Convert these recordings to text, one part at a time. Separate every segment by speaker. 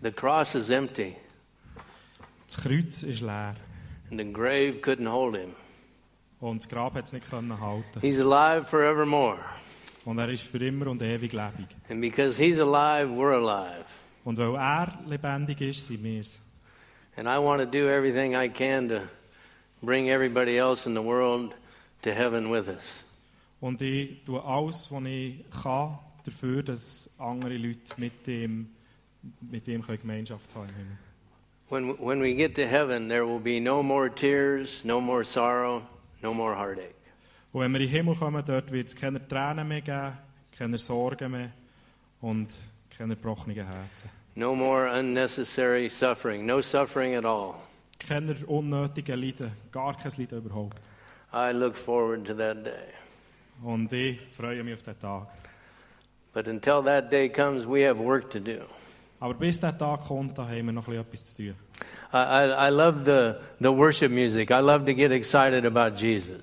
Speaker 1: The cross is empty,
Speaker 2: Das Kreuz ist leer
Speaker 1: and the grave couldn't hold him.
Speaker 2: und das Grab hat es nicht können halten.
Speaker 1: He's alive forevermore.
Speaker 2: Und er ist für immer und ewig lebendig.
Speaker 1: And because he's alive, we're alive.
Speaker 2: Und weil er lebendig ist, sind wir es.
Speaker 1: And I want to do everything I can to bring everybody else in the world to heaven with us.
Speaker 2: Und ich tue alles, was ich kann, dafür, dass andere Leute mit ihm, mit ihm können Gemeinschaft haben können.
Speaker 1: When, when we get to heaven, there will be no more tears, no more sorrow, no more heartache.
Speaker 2: Und wenn wir in den Himmel kommen, dort wird es keine Tränen mehr geben, keine Sorgen mehr und keine gebrochenen Herzen.
Speaker 1: No more unnecessary suffering, no suffering at all.
Speaker 2: Keine unnötigen Leiden, gar kein Leiden überhaupt.
Speaker 1: I look forward to that day.
Speaker 2: Und ich freue mich auf den Tag.
Speaker 1: But until that day comes, we have work to do.
Speaker 2: Aber bis der Tag kommt, da haben wir noch ein bisschen etwas zu tun.
Speaker 1: I, I, I love the, the worship music. I love to get excited about Jesus.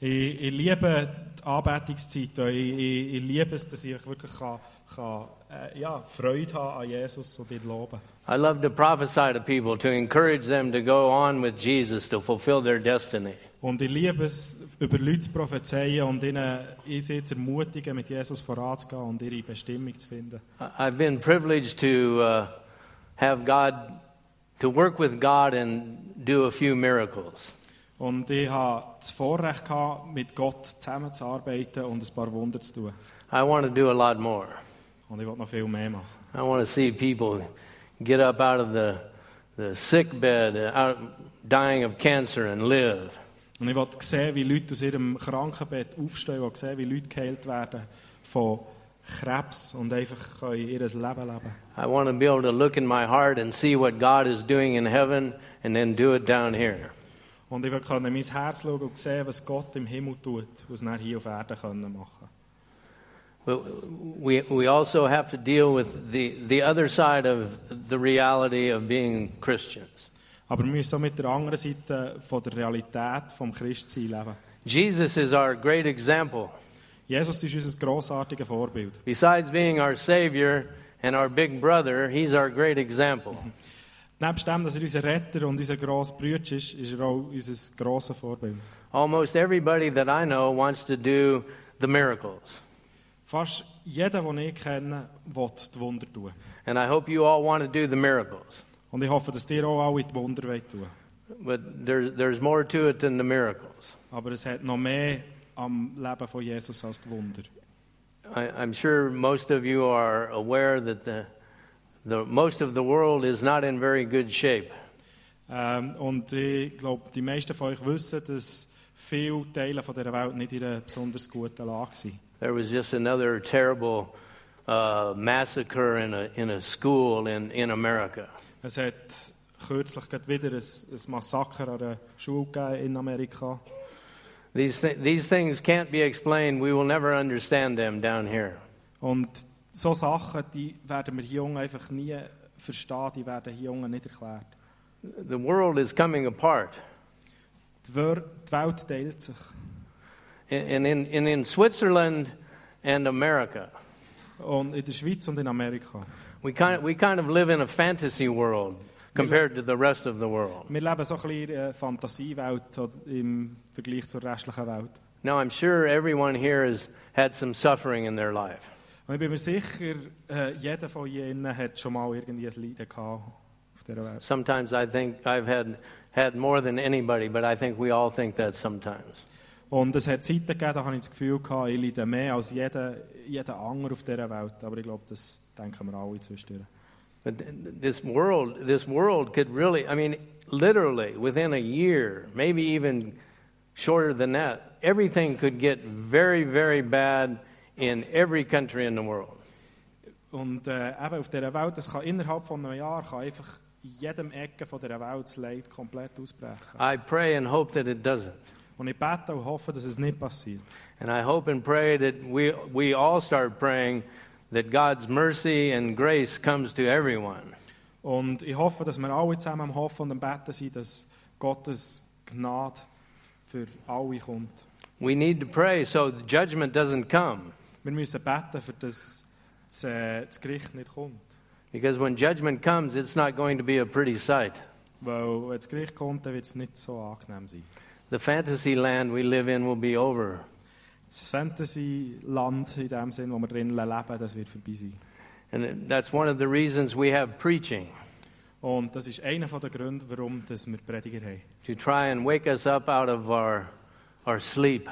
Speaker 2: Ich, ich liebe die Anbetungszeit. Ich, ich, ich liebe es, dass ich wirklich kann, kann, äh, ja, Freude haben an Jesus und ihn loben.
Speaker 1: I love to prophesy to people to encourage them to go on with Jesus to fulfill their destiny.
Speaker 2: Und ich liebe es, über Leute zu prophezeien und ihnen ich sie zu ermutigen, mit Jesus voranzugehen und ihre Bestimmung zu finden.
Speaker 1: I- I've been privileged to uh, have God, to work with God and do a few miracles.
Speaker 2: Und ich hatte das Vorrecht, gehabt, mit Gott zusammenzuarbeiten und ein paar Wunder zu tun.
Speaker 1: I want to do a lot more.
Speaker 2: Und ich will noch viel mehr machen.
Speaker 1: I want to see people get up out of the, the sick bed, uh, out, dying of cancer, and live.
Speaker 2: Und ich will sehen, wie Leute aus ihrem Krankenbett aufstehen und sehen, wie Leute geheilt werden von Krebs und einfach können ihr Leben leben
Speaker 1: I want to be able to look in my heart and see what God is doing in heaven and then do it down here.
Speaker 2: Und ich will können in mein Herz schauen und sehen, was Gott im Himmel tut, was wir hier auf Erden können machen
Speaker 1: But we, we also have to deal with the, the other side of the reality of being Christians.
Speaker 2: Aber wir müssen auch mit der anderen Seite von der Realität vom Christsein leben.
Speaker 1: Jesus is our great example.
Speaker 2: Jesus ist unser grossartiges Vorbild.
Speaker 1: Besides being our Savior and our big brother, He's our great example.
Speaker 2: Nebst dem, dass er unser Retter und unser grosser Bruder ist, ist er auch unser grosses Vorbild.
Speaker 1: Almost everybody that I know wants to do the miracles.
Speaker 2: Fast jeder, den ich kenne, will die Wunder tun.
Speaker 1: And I hope you all want to do the miracles.
Speaker 2: Und ich hoffe, dass dir auch alle die Wunder wollt tun
Speaker 1: But there, there's more to it than the miracles.
Speaker 2: Aber es hat noch mehr am Leben von Jesus als die Wunder.
Speaker 1: I, I'm sure most of you are aware that the, the, most of the world is not in very good shape.
Speaker 2: Ähm, und ich glaube, die meisten von euch wissen, dass viele Teile von dieser Welt nicht in einer besonders guten Lage sind.
Speaker 1: There was just another terrible uh, massacre in a, in a school in, in America.
Speaker 2: Es hat kürzlich gerade wieder ein, ein Massaker an einer Schule gegeben in Amerika.
Speaker 1: These, th- these things can't be explained. We will never understand them down here.
Speaker 2: Und so Sachen, die werden wir hier unten einfach nie verstehen, die werden hier unten nicht erklärt.
Speaker 1: The world is coming apart.
Speaker 2: Die Wör- die Welt teilt sich.
Speaker 1: And in, in, in Switzerland and America,
Speaker 2: Und in der Schweiz und in Amerika.
Speaker 1: we kind, of, we kind of live in a fantasy world compared to the rest of the world.
Speaker 2: Wir leben so ein bisschen in einer Fantasiewelt so im Vergleich zur restlichen Welt.
Speaker 1: Now, I'm sure everyone here has had some suffering in their life.
Speaker 2: Und ich bin mir sicher, äh, jeder von hier innen hat schon mal irgendwie ein Leiden gehabt auf dieser Welt.
Speaker 1: Sometimes I think I've had, had more than anybody, but I think we all think that sometimes.
Speaker 2: Und es hat Zeiten gegeben, da habe ich das Gefühl gehabt, ich leide mehr als jeder, jeder andere auf dieser Welt. Aber ich glaube, das denken wir alle zwischendurch.
Speaker 1: But th- this world, this world could really, I mean, literally within a year, maybe even shorter than that, everything could get very, very bad in every country in the world.
Speaker 2: Und äh, eben auf dieser Welt, es kann innerhalb von einem Jahr kann einfach in jedem Ecke von dieser Welt das Leid komplett ausbrechen.
Speaker 1: I pray and hope that it doesn't.
Speaker 2: Und ich bete und hoffe, dass es nicht passiert.
Speaker 1: And I hope and pray that we, we all start praying that God's mercy and grace comes to everyone.
Speaker 2: Und ich hoffe, dass wir alle zusammen am Hoffen und am Beten sind, dass Gottes Gnade für alle kommt.
Speaker 1: We need to pray so the judgment doesn't come.
Speaker 2: Wir müssen beten, für dass das, äh, das Gericht nicht kommt.
Speaker 1: Because when judgment comes, it's not going to be a pretty sight.
Speaker 2: Weil, wenn das Gericht kommt, dann wird es nicht so angenehm sein.
Speaker 1: The fantasy land we live in will be over.
Speaker 2: Das Fantasy-Land, in dem Sinn, wo wir drin leben, das wird vorbei sein.
Speaker 1: And that's one of the reasons we have preaching
Speaker 2: Und das ist einer der Gründe, warum dass wir Prediger haben.
Speaker 1: to try and wake us up out of our, our sleep,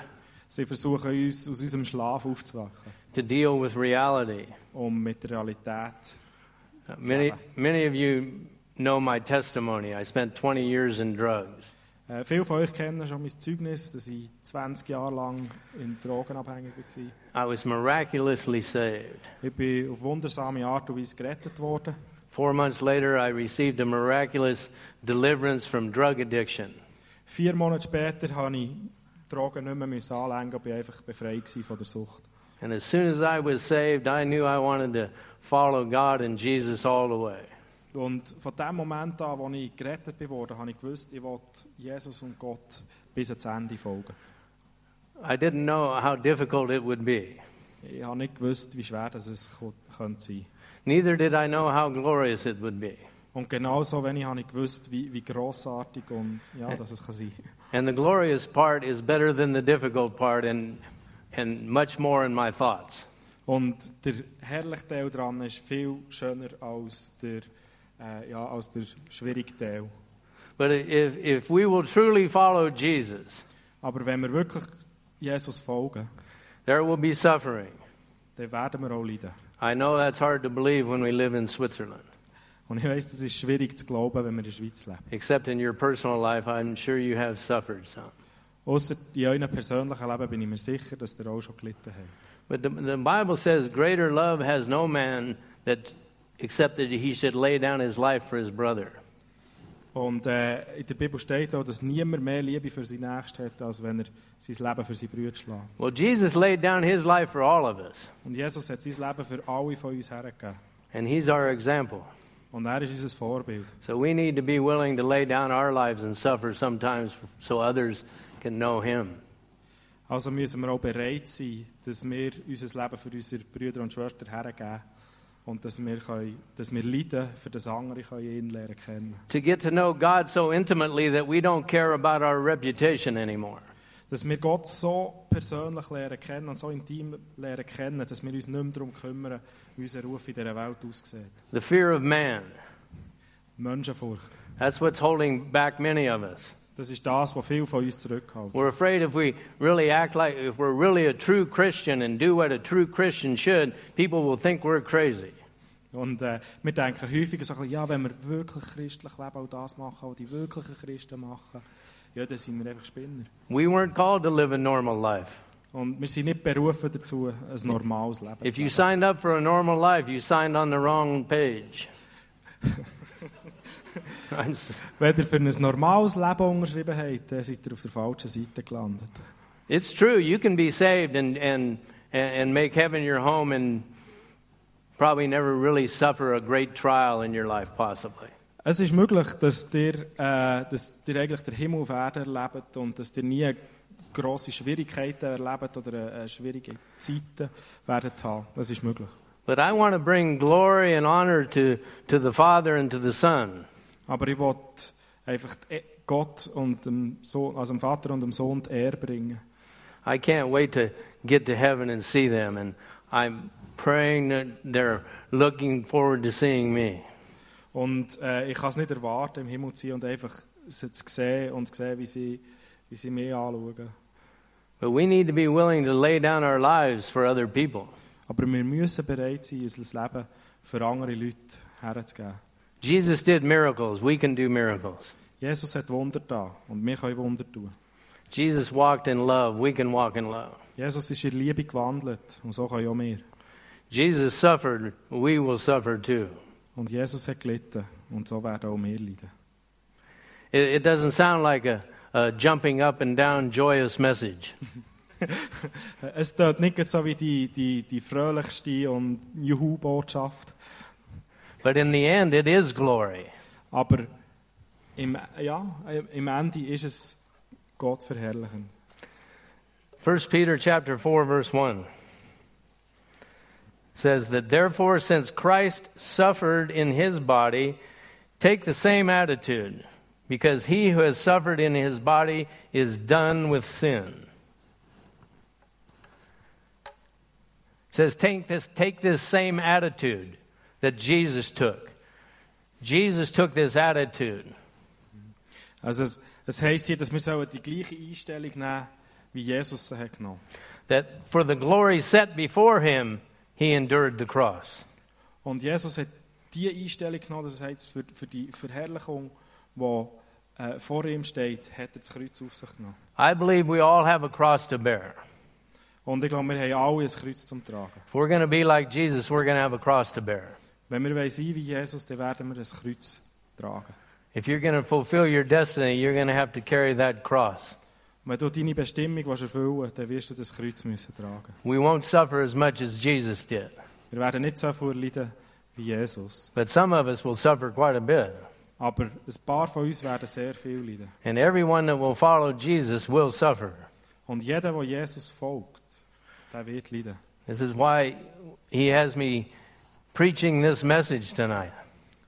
Speaker 2: Sie versuchen uns aus unserem Schlaf aufzuwachen,
Speaker 1: to deal with reality.
Speaker 2: um mit der Realität.
Speaker 1: Many, many of you know my testimony. I spent 20 years in drugs.
Speaker 2: Äh, viele von euch kennen schon mein Zeugnis, dass ich 20 Jahre lang in Drogenabhängig war.
Speaker 1: I was miraculously saved.
Speaker 2: Ich bin auf wundersame Art und Weise gerettet worden.
Speaker 1: Four months later, I received a miraculous deliverance from drug addiction.
Speaker 2: Vier Monate später habe ich Drogen nicht mehr müssen anlegen, ich war einfach befreit gewesen von der Sucht.
Speaker 1: And as soon as I was saved, I knew I wanted to follow God and Jesus all the way.
Speaker 2: Und von dem Moment an, als ich gerettet wurde, habe ich gewusst, ich will Jesus und Gott bis ans Ende folgen.
Speaker 1: I didn't know how difficult it would be.
Speaker 2: Ich habe nicht gewusst, wie schwer das es ko- könnte sein
Speaker 1: Neither did I know how glorious it would be.
Speaker 2: Und genauso wenig habe ich gewusst, wie, wie grossartig und ja, dass es kann sein
Speaker 1: And the glorious part is better than the difficult part and, and much more in my thoughts.
Speaker 2: Und der herrliche Teil daran ist viel schöner als der, äh, ja, als der schwierige Teil.
Speaker 1: But if, if we will truly follow Jesus,
Speaker 2: Aber wenn wir wirklich Jesus folgen,
Speaker 1: there will be suffering.
Speaker 2: dann werden wir auch leiden.
Speaker 1: I know that's hard to believe when we live in Switzerland.
Speaker 2: Und ich weiß, das ist schwierig zu glauben, wenn wir in der Schweiz leben.
Speaker 1: Except in your personal life, I'm sure you have suffered some.
Speaker 2: Außer in eurem persönlichen Leben bin ich mir sicher, dass ihr auch schon gelitten habt.
Speaker 1: But the, the Bible says, Greater love has no man that except that he should lay down his life for his brother.
Speaker 2: Und äh, in der Bibel steht auch, dass niemand mehr Liebe für seinen Nächsten hat, als wenn er sein Leben für seine Brüder schlägt.
Speaker 1: Well, Jesus laid down his life for all of us,
Speaker 2: Und Jesus hat sein Leben für alle von uns hergegeben.
Speaker 1: and he's our example.
Speaker 2: Und er ist unser Vorbild.
Speaker 1: So we need to be willing to lay down our lives and suffer sometimes so others can know him.
Speaker 2: Also müssen wir auch bereit sein, dass wir unser Leben für unsere Brüder und Schwestern hergeben. Und dass wir, können, dass wir leiden, für das andere können ihn lernen kennen.
Speaker 1: To get to know God so intimately that we don't care about our reputation anymore.
Speaker 2: Dass wir Gott so persönlich lernen kennen und so intim lernen kennen, dass wir uns nicht mehr darum kümmern, wie unser Ruf in dieser Welt aussieht.
Speaker 1: The fear of man.
Speaker 2: Menschenfurcht.
Speaker 1: That's what's holding back many of us.
Speaker 2: Das ist das, was viele von uns zurückhalten.
Speaker 1: We're afraid if we really act like, if we're really a true Christian and do what a true Christian should, people will think we're crazy.
Speaker 2: Und äh, wir denken häufig so ein bisschen, ja, wenn wir wirklich christlich leben, auch das machen, was die wirklichen Christen machen, ja, dann sind wir einfach Spinner.
Speaker 1: We weren't called to live a normal life.
Speaker 2: Und wir sind nicht berufen dazu, ein normales Leben
Speaker 1: If
Speaker 2: zu
Speaker 1: you
Speaker 2: leben.
Speaker 1: signed up for a normal life, you signed on the wrong page. I'm s-
Speaker 2: Wenn ihr für ein normales Leben unterschrieben habt, dann seid ihr auf der falschen Seite gelandet.
Speaker 1: it's true, you can be saved and, and, and make heaven your home and probably never really suffer a great trial in your life, possibly.
Speaker 2: Es ist möglich, dass ihr, äh, dass ihr eigentlich den Himmel auf Erden erlebt und dass ihr nie grosse Schwierigkeiten erlebt oder äh, schwierige Zeiten werdet haben. Das ist möglich.
Speaker 1: But I want to bring glory and honor to, to the Father and to the Son.
Speaker 2: Aber ich will einfach die E- Gott und dem, Sohn, also dem Vater und dem Sohn die Ehre bringen.
Speaker 1: I can't wait to get to heaven and see them. And I'm praying that they're looking forward to seeing me.
Speaker 2: Und äh, ich kann es nicht erwarten, im Himmel zu sein und einfach sie zu sehen und zu sehen, wie sie, wie sie mich anschauen.
Speaker 1: But we need to be willing to lay down our lives for other people.
Speaker 2: Aber wir müssen bereit sein, unser Leben für andere Leute herzugeben.
Speaker 1: Jesus did miracles. We can do miracles.
Speaker 2: Jesus hat Wunder da und wir können Wunder tun.
Speaker 1: Jesus walked in love. We can walk in love.
Speaker 2: Jesus ist in Liebe gewandelt und so können auch wir.
Speaker 1: Jesus suffered. We will suffer too.
Speaker 2: Und Jesus hat gelitten und so werden auch wir leiden.
Speaker 1: It, it doesn't sound like a, a jumping up and down joyous message.
Speaker 2: Es tut nicht gerade so wie die, die, die fröhlichste und Juhu-Botschaft,
Speaker 1: But in the end, it is glory.
Speaker 2: aber im, ja, im Ende ist es Gott verherrlichen.
Speaker 1: 1 Peter chapter 4 verse 1 says that therefore, since Christ suffered in his body, take the same attitude, because he who has suffered in his body is done with sin. It says, take this, take this same attitude that Jesus took. Jesus took this attitude.
Speaker 2: Also es, es heisst hier, dass wir sollen die gleiche Einstellung nehmen, wie Jesus sie hat genommen
Speaker 1: that for the glory set before him, he endured the cross.
Speaker 2: Und Jesus hat die Einstellung genommen, dass er sagt, für, für die Verherrlichung, die äh, vor ihm steht, hat er das Kreuz auf sich genommen.
Speaker 1: I believe we all have a cross to bear.
Speaker 2: Und ich glaube, wir haben alle ein Kreuz zum Tragen.
Speaker 1: If we're going to be like Jesus, we're going to have a cross to bear.
Speaker 2: Wenn wir wollen sein wie Jesus, dann werden wir ein Kreuz tragen.
Speaker 1: If you're going to fulfill your destiny, you're going to have to carry that cross.
Speaker 2: Wenn du deine Bestimmung willst erfüllen willst, dann wirst du das Kreuz müssen tragen.
Speaker 1: We won't suffer as much as Jesus did,
Speaker 2: Wir werden nicht so viel leiden wie Jesus.
Speaker 1: but some of us will suffer quite a bit.
Speaker 2: Aber ein paar von uns werden sehr viel leiden.
Speaker 1: And everyone that will follow Jesus will suffer.
Speaker 2: Und jeder, der Jesus folgt, der wird leiden.
Speaker 1: This is why he has me preaching this message tonight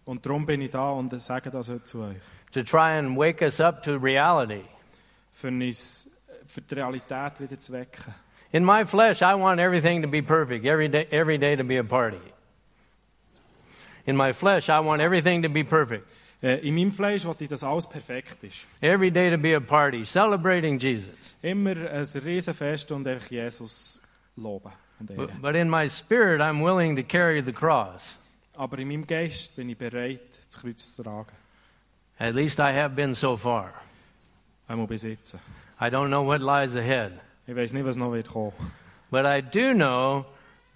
Speaker 2: Und darum bin ich da und sage das heute zu euch.
Speaker 1: to try and wake us up to reality.
Speaker 2: Für, uns, für die Realität wieder zu wecken.
Speaker 1: In my flesh, I want everything to be perfect, every day, every day to be a party. In my flesh, I want everything to be perfect,
Speaker 2: Äh, in meinem Fleisch will ich, dass alles perfekt ist.
Speaker 1: every day to be a party, celebrating Jesus.
Speaker 2: Immer ein Riesenfest und einfach Jesus loben und ehren.
Speaker 1: But, but in my spirit, I'm willing to carry the cross.
Speaker 2: Aber in meinem Geist bin ich bereit, das Kreuz zu tragen.
Speaker 1: At least I have been so far.
Speaker 2: Einmal besitzen.
Speaker 1: I don't know what lies ahead,
Speaker 2: Ich weiß nicht, was noch wird kommen.
Speaker 1: but I do know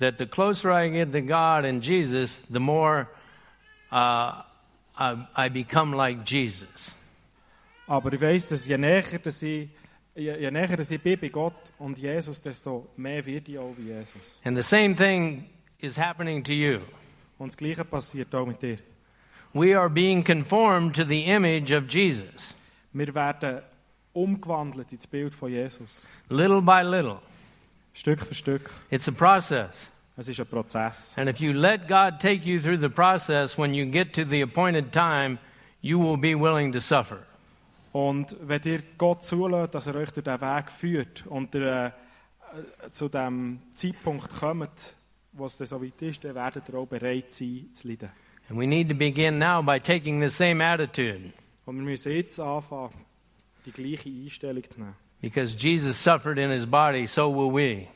Speaker 1: that the closer I get to God and Jesus, the more uh, I, I become like Jesus.
Speaker 2: Aber ich weiß, dass je näher, dass ich, je, je näher dass ich bin bei Gott und Jesus, desto mehr wird ich auch wie Jesus.
Speaker 1: And the same thing is happening to you.
Speaker 2: Und das Gleiche passiert auch mit dir.
Speaker 1: We are being conformed to the image of Jesus,
Speaker 2: Wir werden umgewandelt ins Bild von Jesus.
Speaker 1: little by little.
Speaker 2: Stück für Stück.
Speaker 1: It's a process.
Speaker 2: Es ist ein Prozess.
Speaker 1: And if you let God take you through the process, when you get to the appointed time, you will be willing to suffer.
Speaker 2: Und wenn ihr Gott zulässt, dass er euch durch diesen Weg führt und ihr, äh, zu dem Zeitpunkt kommt, wo es dann so weit ist, dann werdet ihr auch bereit sein, zu leiden.
Speaker 1: And we need to begin now by taking the same attitude
Speaker 2: Und wir müssen jetzt anfangen, die gleiche Einstellung zu nehmen.
Speaker 1: because Jesus suffered in his body, so will we.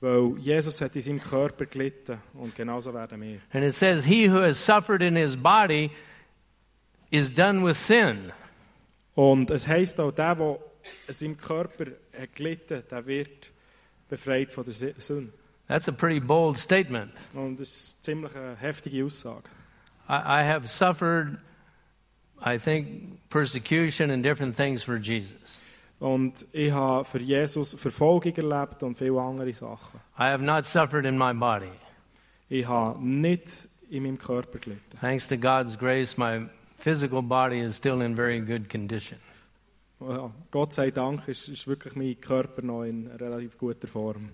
Speaker 2: Weil Jesus hat in seinem Körper gelitten und genauso werden wir.
Speaker 1: And it says, He who has suffered in his body is done with sin.
Speaker 2: Und es heisst auch, der, der in seinem Körper hat gelitten hat, der wird befreit von der Si- Sünde.
Speaker 1: That's a pretty bold statement.
Speaker 2: Und das ist ziemlich eine heftige Aussage.
Speaker 1: I, I have suffered, I think, persecution and different things for Jesus.
Speaker 2: Und ich habe für Jesus Verfolgung erlebt und viele andere Sachen.
Speaker 1: I have not suffered in my body.
Speaker 2: Ich habe nicht in meinem Körper gelitten.
Speaker 1: Thanks to God's grace, my physical body is still in very good condition.
Speaker 2: Ja, Gott sei Dank ist, ist wirklich mein Körper noch in relativ guter Form.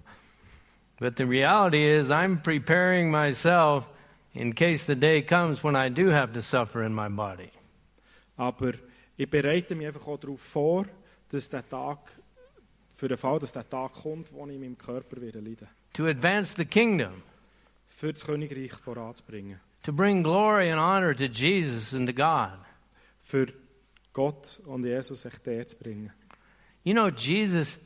Speaker 1: But the reality is, I'm preparing myself in case the day comes when I do have to suffer in my body.
Speaker 2: Aber ich bereite mich einfach auch darauf vor, dass der Tag, für den Fall, dass der Tag kommt, wo ich in meinem Körper wieder leiden
Speaker 1: To advance the kingdom,
Speaker 2: Für das Königreich voranzubringen.
Speaker 1: to bring glory and honor to Jesus and to God.
Speaker 2: Für Gott und Jesus echt der zu bringen.
Speaker 1: You know, Jesus,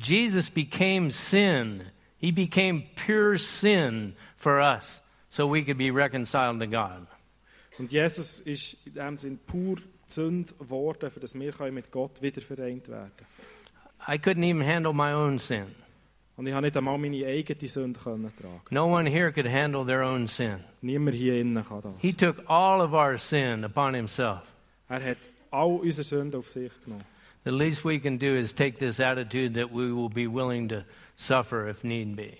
Speaker 1: Jesus became sin. He became pure sin for us so we could be reconciled to God.
Speaker 2: Und Jesus ist in dem Sinn pur Sünd geworden, für das wir können mit Gott wieder vereint werden
Speaker 1: I couldn't even handle my own sin.
Speaker 2: Und ich habe nicht einmal meine eigene Sünde können tragen.
Speaker 1: No one here could handle their own sin.
Speaker 2: Niemand hier innen kann das.
Speaker 1: He took all of our sin upon himself.
Speaker 2: Er hat all unsere Sünden auf sich genommen.
Speaker 1: The least we can do is take this attitude that we will be willing to suffer if need be.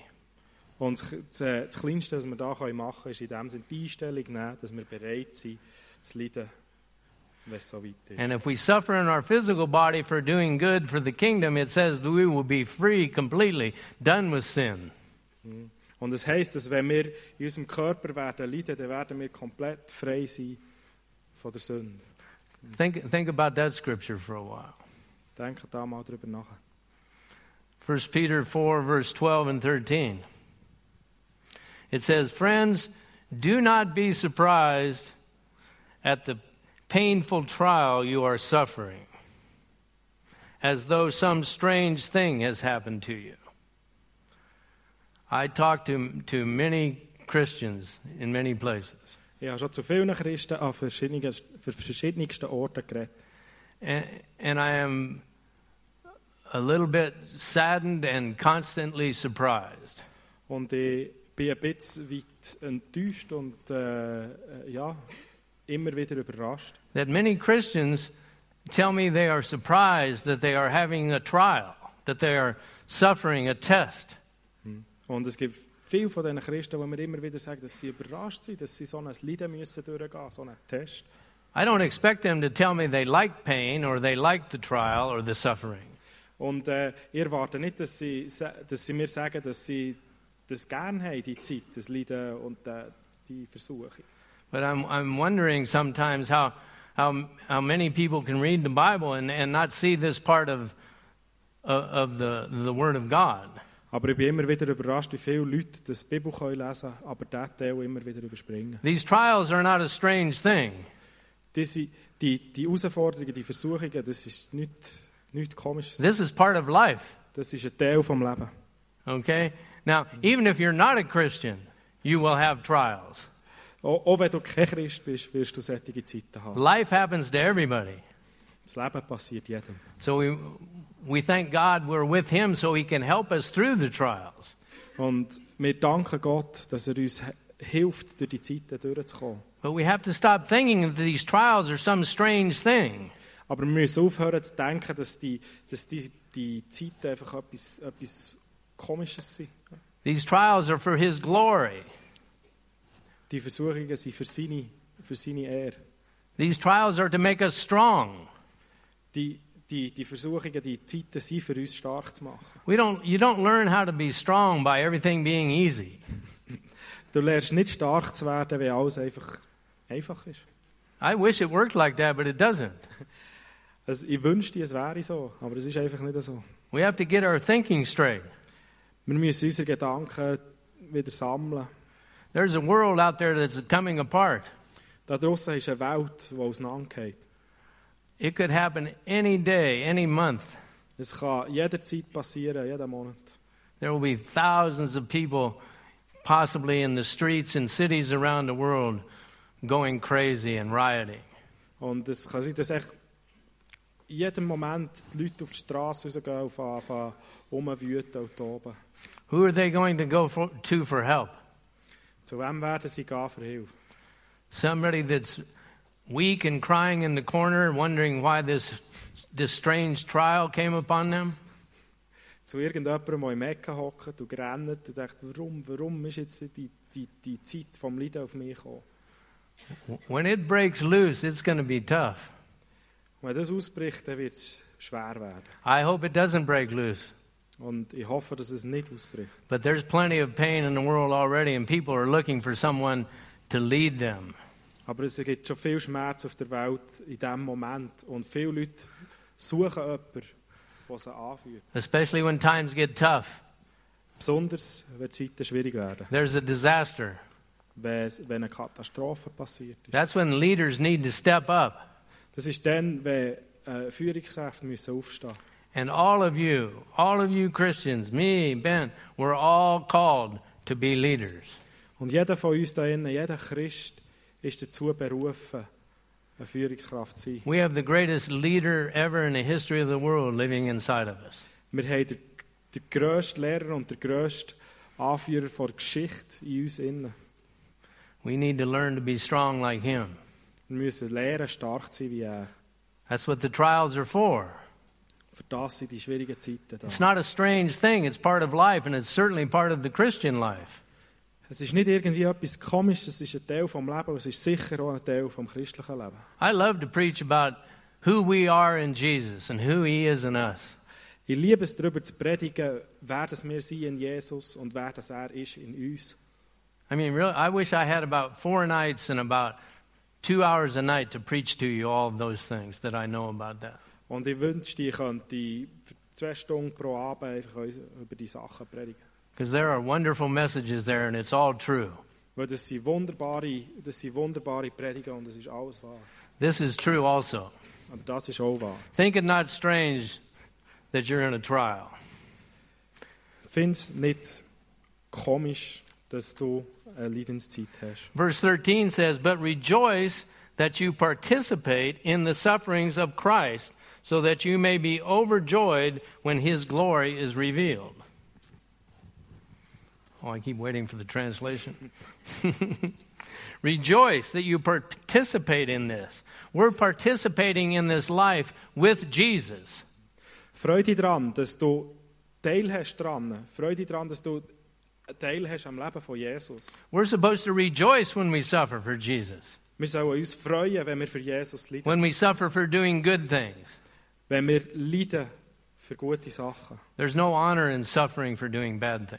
Speaker 2: Und das, das, äh, das Kleinste, was wir da können machen können, ist in dem Sinne die Einstellung nehmen, dass wir bereit sind, zu leiden, wenn es so weit ist.
Speaker 1: And if we suffer in our physical body for doing good for the kingdom, it says that we will be free completely, done with sin.
Speaker 2: Und es heißt, dass wenn wir in unserem Körper werden leiden, dann werden wir komplett frei sein von der Sünde.
Speaker 1: Think, think about that scripture for a while.
Speaker 2: Denkt da mal drüber nach.
Speaker 1: 1 Peter 4, verse 12 and 13. It says, Friends, do not be surprised at the painful trial you are suffering, as though some strange thing has happened to you. I talk to, to many Christians in many places,
Speaker 2: Ich habe schon zu vielen Christen an verschiedenen, für verschiedensten Orten geredet.
Speaker 1: and, and I am a little bit saddened and constantly surprised.
Speaker 2: Und ich bin ein bisschen weit enttäuscht und äh, äh, ja, immer wieder überrascht,
Speaker 1: that many Christians tell me they are surprised that they are having a trial, that they are suffering a test.
Speaker 2: Und es gibt viele von diesen Christen, die mir immer wieder sagen, dass sie überrascht sind, dass sie so ein Leiden müssen durchgehen, so einen Test.
Speaker 1: I don't expect them to tell me they like pain or they like the trial or the suffering.
Speaker 2: Und äh, ich erwarte nicht, dass sie, sa- dass sie mir sagen, dass sie das gerne haben, die Zeit, das Leiden und äh, die Versuche.
Speaker 1: But I'm, I'm wondering sometimes how, how, how many people can read the Bible and, and not see this part of, uh, of the, the Word of God.
Speaker 2: Aber ich bin immer wieder überrascht, wie viele Leute das Bibel können lesen können, aber diesen Teil immer wieder überspringen.
Speaker 1: These trials are not a strange thing.
Speaker 2: Diese, die, die Herausforderungen, die Versuchungen, das ist nichts nicht Komisches.
Speaker 1: This is part of life,
Speaker 2: Das ist ein Teil des Lebens.
Speaker 1: okay? Now, even if you're not a Christian, you will have trials.
Speaker 2: Auch, auch wenn du kein Christ bist, wirst du solche Zeiten haben.
Speaker 1: Life happens to everybody.
Speaker 2: Das Leben passiert jedem.
Speaker 1: So we, we thank God we're with Him so He can help us through the trials.
Speaker 2: Und wir danken Gott, dass er uns he- hilft, durch die Zeiten durchzukommen.
Speaker 1: But we have to stop thinking that these trials are some strange thing.
Speaker 2: Aber wir müssen aufhören zu denken, dass die, dass die, die Zeiten einfach etwas, etwas Komisches sind.
Speaker 1: These trials are for His glory.
Speaker 2: Die Versuchungen sind für seine, für seine Ehre.
Speaker 1: These trials are to make us strong.
Speaker 2: Die, die, die Versuchungen, die Zeiten sind, für uns stark zu machen.
Speaker 1: We don't, you don't learn how to be strong by everything being easy.
Speaker 2: Du lernst nicht stark zu werden, wenn alles einfach, einfach ist.
Speaker 1: I wish it worked like that, but it doesn't.
Speaker 2: Also ich wünschte, es wäre so, aber es ist einfach nicht so.
Speaker 1: We have to get our thinking straight.
Speaker 2: Wir müssen unsere Gedanken wieder sammeln.
Speaker 1: There's a world out there that's coming apart.
Speaker 2: Da draussen ist eine Welt, die auseinandergeht.
Speaker 1: It could happen any day, any month.
Speaker 2: Es kann jederzeit passieren, jeden Monat.
Speaker 1: There will be thousands of people, possibly in the streets and cities around the world, going crazy and rioting.
Speaker 2: Und es kann sein, dass echt jeden Moment die Leute auf die Straße rausgehen und anfangen rumwüten und toben.
Speaker 1: Who are they going to go for, to for help?
Speaker 2: Zu wem werden sie gehen für Hilfe?
Speaker 1: Somebody that's weak and crying in the corner, wondering why this, this strange trial came upon them?
Speaker 2: Zu irgendjemandem, der im Ecken hockt und rennt und denkt, warum, warum ist jetzt die, die, die Zeit vom Leiden auf mich gekommen?
Speaker 1: When it breaks loose, it's going to be tough.
Speaker 2: Und wenn das ausbricht, dann wird es schwer werden.
Speaker 1: I hope it doesn't break loose.
Speaker 2: Und ich hoffe, dass es nicht ausbricht.
Speaker 1: But there's plenty of pain in the world already, and people are looking for someone to lead them.
Speaker 2: Aber es gibt schon viel Schmerz auf der Welt in diesem Moment. Und viele Leute suchen jemanden, der sie anführt.
Speaker 1: Especially when times get tough.
Speaker 2: Besonders, wenn die Zeiten schwierig werden.
Speaker 1: There's a disaster.
Speaker 2: Wenn, es, wenn eine Katastrophe passiert ist.
Speaker 1: That's when leaders need to step up.
Speaker 2: Das ist dann, wenn äh, Führungskräfte müssen aufstehen müssen.
Speaker 1: And all of you, all of you Christians, me, Ben, we're all called to be leaders.
Speaker 2: Und jeder von uns da innen, jeder Christ, ist dazu berufen, eine Führungskraft zu sein.
Speaker 1: We have the greatest leader ever in the history of the world living inside of us.
Speaker 2: Wir haben den, den grössten Lehrer und den grössten Anführer von der Geschichte in uns innen.
Speaker 1: We need to learn to be strong like him.
Speaker 2: Wir müssen lernen, stark zu sein wie er.
Speaker 1: That's what the trials are for.
Speaker 2: Für das sind die schwierigen Zeiten da.
Speaker 1: It's not a strange thing, it's part of life, and it's certainly part of the Christian life.
Speaker 2: Es ist nicht irgendwie etwas Komisches, es ist ein Teil vom Leben, aber es ist sicher auch ein Teil vom christlichen Leben.
Speaker 1: I love to preach about who we are in Jesus and who he is in us.
Speaker 2: Ich liebe es, darüber zu predigen, wer das wir sind in Jesus und wer das er ist in uns.
Speaker 1: I mean, really, I wish I had about four nights and about two hours a night to preach to you all of those things that I know about that.
Speaker 2: Und ich wünschte, ich könnte für zwei Stunden pro Abend einfach uns über die Sachen predigen.
Speaker 1: Because there are wonderful messages there and it's all true.
Speaker 2: Weil das sind wunderbare, das sind wunderbare Predigen und das ist alles wahr.
Speaker 1: This is true also.
Speaker 2: Aber das ist auch wahr.
Speaker 1: Think it not strange that you're in a trial.
Speaker 2: Ich finde es nicht komisch, dass du eine Leidenszeit hast.
Speaker 1: Verse 13 says, But rejoice that you participate in the sufferings of Christ, so that you may be overjoyed when his glory is revealed. Oh, I keep waiting for the translation. rejoice that you participate in this. We're participating in this life with Jesus.
Speaker 2: Freu dich daran, dass du Teil hast dran. Freu dich daran, dass du Teil hast am Leben von Jesus.
Speaker 1: We're supposed to rejoice when we suffer for Jesus,
Speaker 2: Wir sollen uns freuen, wenn wir für Jesus leiden.
Speaker 1: when we suffer for doing good things.
Speaker 2: Wenn wir leiden für gute Sachen.
Speaker 1: There's no honor in suffering for doing bad things.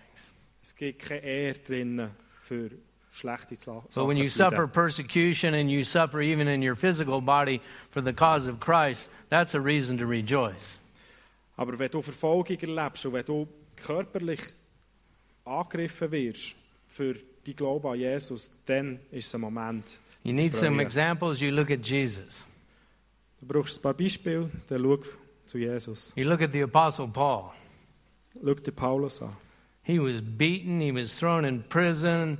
Speaker 2: Es gibt keine Ehre drin für schlechte Sa- Sachen.
Speaker 1: So when you
Speaker 2: zu leiden.
Speaker 1: suffer persecution and you suffer even in your physical body for the cause of Christ, that's a reason to rejoice.
Speaker 2: Aber wenn du Verfolgung erlebst und wenn du körperlich angegriffen wirst für die Glaube an Jesus, dann ist es ein Moment.
Speaker 1: You need
Speaker 2: zu
Speaker 1: some
Speaker 2: freuen.
Speaker 1: examples, you look at Jesus.
Speaker 2: Du brauchst ein paar Beispiele, dann schau zu Jesus.
Speaker 1: You look at the Apostle Paul.
Speaker 2: Schau dir Paulus an.
Speaker 1: He was beaten, he was thrown in prison.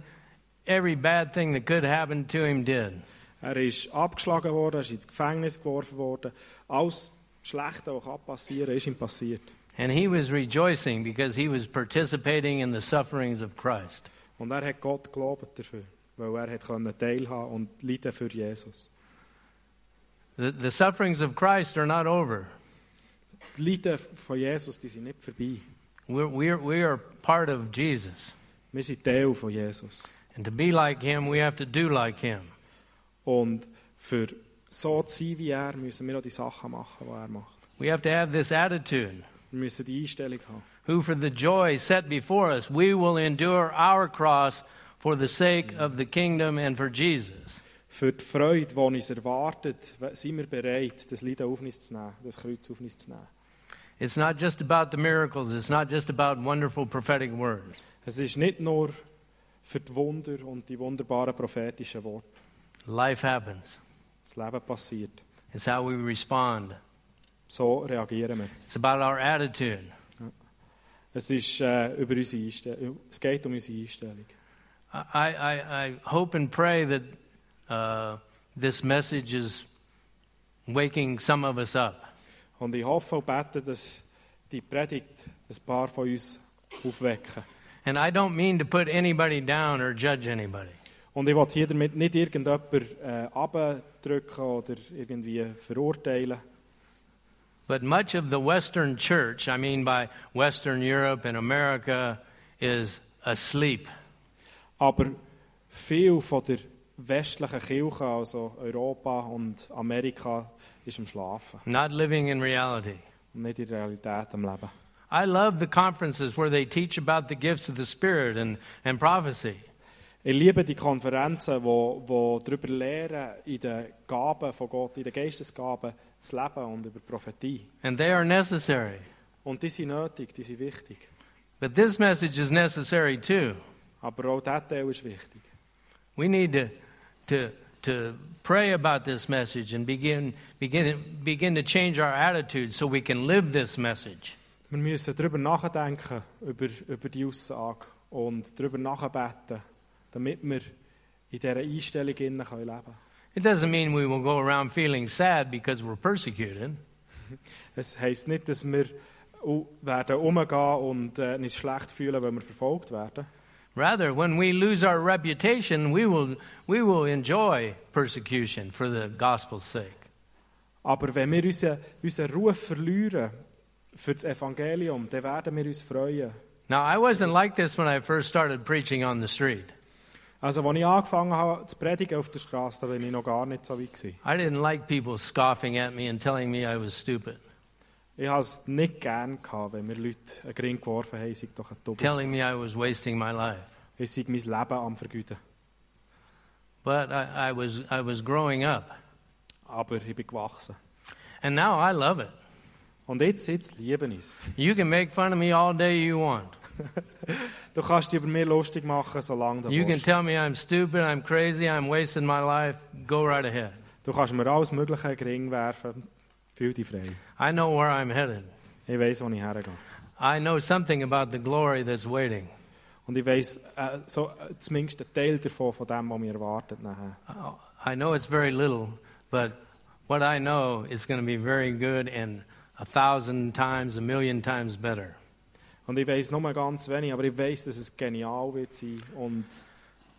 Speaker 1: Every bad thing that could happen to him did.
Speaker 2: Er ist abgeschlagen worden, er ist ins Gefängnis geworfen worden. Alles Schlechte, was kann passieren kann, ist ihm passiert.
Speaker 1: And he was rejoicing because he was participating in the sufferings of Christ.
Speaker 2: Und er hat Gott gelobt dafür, weil er hat können teilhaben und leiden für Jesus.
Speaker 1: The, the sufferings of Christ are not over.
Speaker 2: Die Leiden von Jesus, die sind nicht vorbei.
Speaker 1: We're, we're, we are part of Jesus.
Speaker 2: Wir sind Teil von Jesus.
Speaker 1: And to be like him, we have to do like him.
Speaker 2: Und für so zu sein wie er, müssen wir auch die Sachen machen, die er macht.
Speaker 1: We have to have this attitude.
Speaker 2: Wir müssen die Einstellung haben.
Speaker 1: Who, for the joy set before us, we will endure our cross for the sake of the kingdom and for Jesus.
Speaker 2: Für die Freude, die uns erwartet, sind wir bereit, das Leiden auf uns zu nehmen, das Kreuz auf uns zu nehmen.
Speaker 1: It's not just about the miracles, it's not just about wonderful prophetic words.
Speaker 2: Es ist nicht nur für die Wunder und die wunderbaren prophetischen Worte.
Speaker 1: Life happens,
Speaker 2: Das Leben passiert.
Speaker 1: it's how we respond,
Speaker 2: So reagieren wir.
Speaker 1: it's about our attitude.
Speaker 2: Es, ist, äh, über unsere Einstellung. es geht um unsere Einstellung.
Speaker 1: I, I, I hope and pray that uh, this message is waking some of us up.
Speaker 2: Und ich hoffe und bete, dass die Predigt ein paar von uns aufwecken.
Speaker 1: And I don't mean to put anybody down or judge anybody.
Speaker 2: Und ich will hier damit nicht irgendjemanden äh, abdrücken oder irgendwie verurteilen.
Speaker 1: But much of the Western church, I mean by Western Europe and America, is asleep.
Speaker 2: Aber viel von der westlichen Kirche, also Europa und Amerika, ist im Schlafen
Speaker 1: not living in reality.
Speaker 2: und nicht in der Realität am Leben.
Speaker 1: I love the conferences where they teach about the gifts of the Spirit and, and prophecy.
Speaker 2: Ich liebe die Konferenzen, wo, wo darüber lehren, in den Gaben von Gott, in den Geistesgaben zu leben und über Prophetie.
Speaker 1: And they are necessary.
Speaker 2: Und die sind nötig, die sind wichtig.
Speaker 1: But this message is necessary too.
Speaker 2: Aber auch dieser Teil ist wichtig.
Speaker 1: We need to, to, to pray about this message and begin, begin, begin to change our attitude so we can live this message.
Speaker 2: Wir müssen darüber nachdenken, über, über die Aussage und darüber nachbeten, damit wir in dieser Einstellung innen können leben können.
Speaker 1: It doesn't mean we will go around feeling sad because we're persecuted.
Speaker 2: Es heisst nicht, dass wir u- werden umgehen und äh, uns schlecht fühlen, wenn wir verfolgt werden.
Speaker 1: Rather, when we lose our reputation, we will, we will enjoy persecution for the gospel's sake.
Speaker 2: Aber wenn wir unseren, unseren Ruf verlieren für das Evangelium, dann werden wir uns freuen.
Speaker 1: Now, I wasn't like this when I first started preaching on the street.
Speaker 2: Also, als ich angefangen habe zu predigen auf der Straße, da war ich noch gar nicht so weit. Gewesen.
Speaker 1: I didn't like people scoffing at me and telling me I was stupid.
Speaker 2: Ich habe es nicht gern gehabt, wenn mir Leute einen Grin geworfen haben, ich sei doch ein Doppel.
Speaker 1: telling me I was wasting my life.
Speaker 2: Ich sei mein Leben am Vergüten.
Speaker 1: But I, I, was, I was growing up.
Speaker 2: Aber ich bin gewachsen.
Speaker 1: And now I love it.
Speaker 2: Und jetzt, jetzt liebe ich es.
Speaker 1: You can make fun of me all day you want.
Speaker 2: Du kannst dich über mich lustig machen, solange du
Speaker 1: You can
Speaker 2: willst.
Speaker 1: tell me I'm stupid, I'm crazy, I'm wasting my life. Go right ahead.
Speaker 2: Du kannst mir alles mögliche Gring werfen. Fühl dich frei.
Speaker 1: I know where I'm headed.
Speaker 2: Ich weiß, wo ich hergehe.
Speaker 1: I know something about the glory that's waiting.
Speaker 2: Und ich weiß äh, so, äh, zumindest einen Teil davon, von dem, was mir erwartet. Nachher.
Speaker 1: I know it's very little, but what I know is going to be very good and a thousand times, a million times better.
Speaker 2: Und ich weiß nur ganz wenig, aber ich weiß, dass es genial wird sein und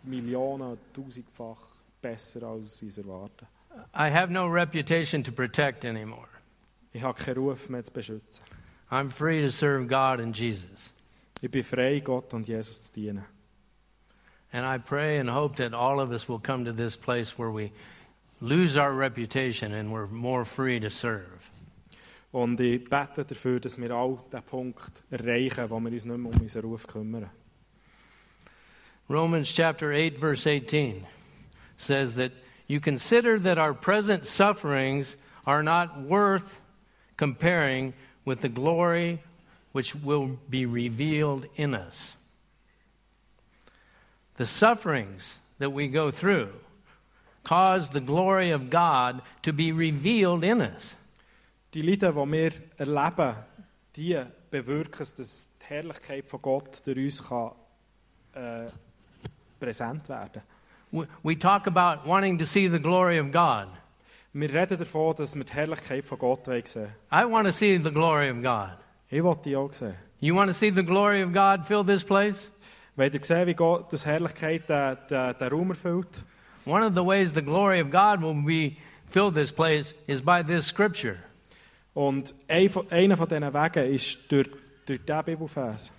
Speaker 2: Millionen, tausendfach besser als sie es erwarten.
Speaker 1: I have no reputation to protect anymore.
Speaker 2: Ich habe keinen Ruf mehr zu beschützen.
Speaker 1: I'm free to serve God and Jesus.
Speaker 2: Ich bin frei, Gott und Jesus zu dienen.
Speaker 1: And I pray and hope that all of us will come to this place where we lose our reputation and we're more free to serve.
Speaker 2: Und ich bete dafür, dass wir all den Punkt erreichen, wo wir uns nicht mehr um unseren Ruf kümmern.
Speaker 1: Romans chapter 8, verse 18 says that you consider that our present sufferings are not worth comparing with the glory which will be revealed in us. The sufferings that we go through cause the glory of God to be revealed in us.
Speaker 2: Die Leiden, die wir erleben, die bewirken, es, dass die Herrlichkeit von Gott durch uns kann, äh, präsent werden kann.
Speaker 1: We, we talk about wanting to see the glory of God.
Speaker 2: Wir reden davon, dass wir die Herrlichkeit von Gott sehen wollen.
Speaker 1: I want to see the glory of God.
Speaker 2: Ich will die auch sehen.
Speaker 1: You want to see the glory of God fill this place?
Speaker 2: Wollt ihr sehen, wie Gott das Herrlichkeit den, den, den Raum erfüllt?
Speaker 1: One of the ways the glory of God will be fill this place is by this scripture.
Speaker 2: Und ein von- einer von diesen Wegen ist durch, durch diesen Bibelfers,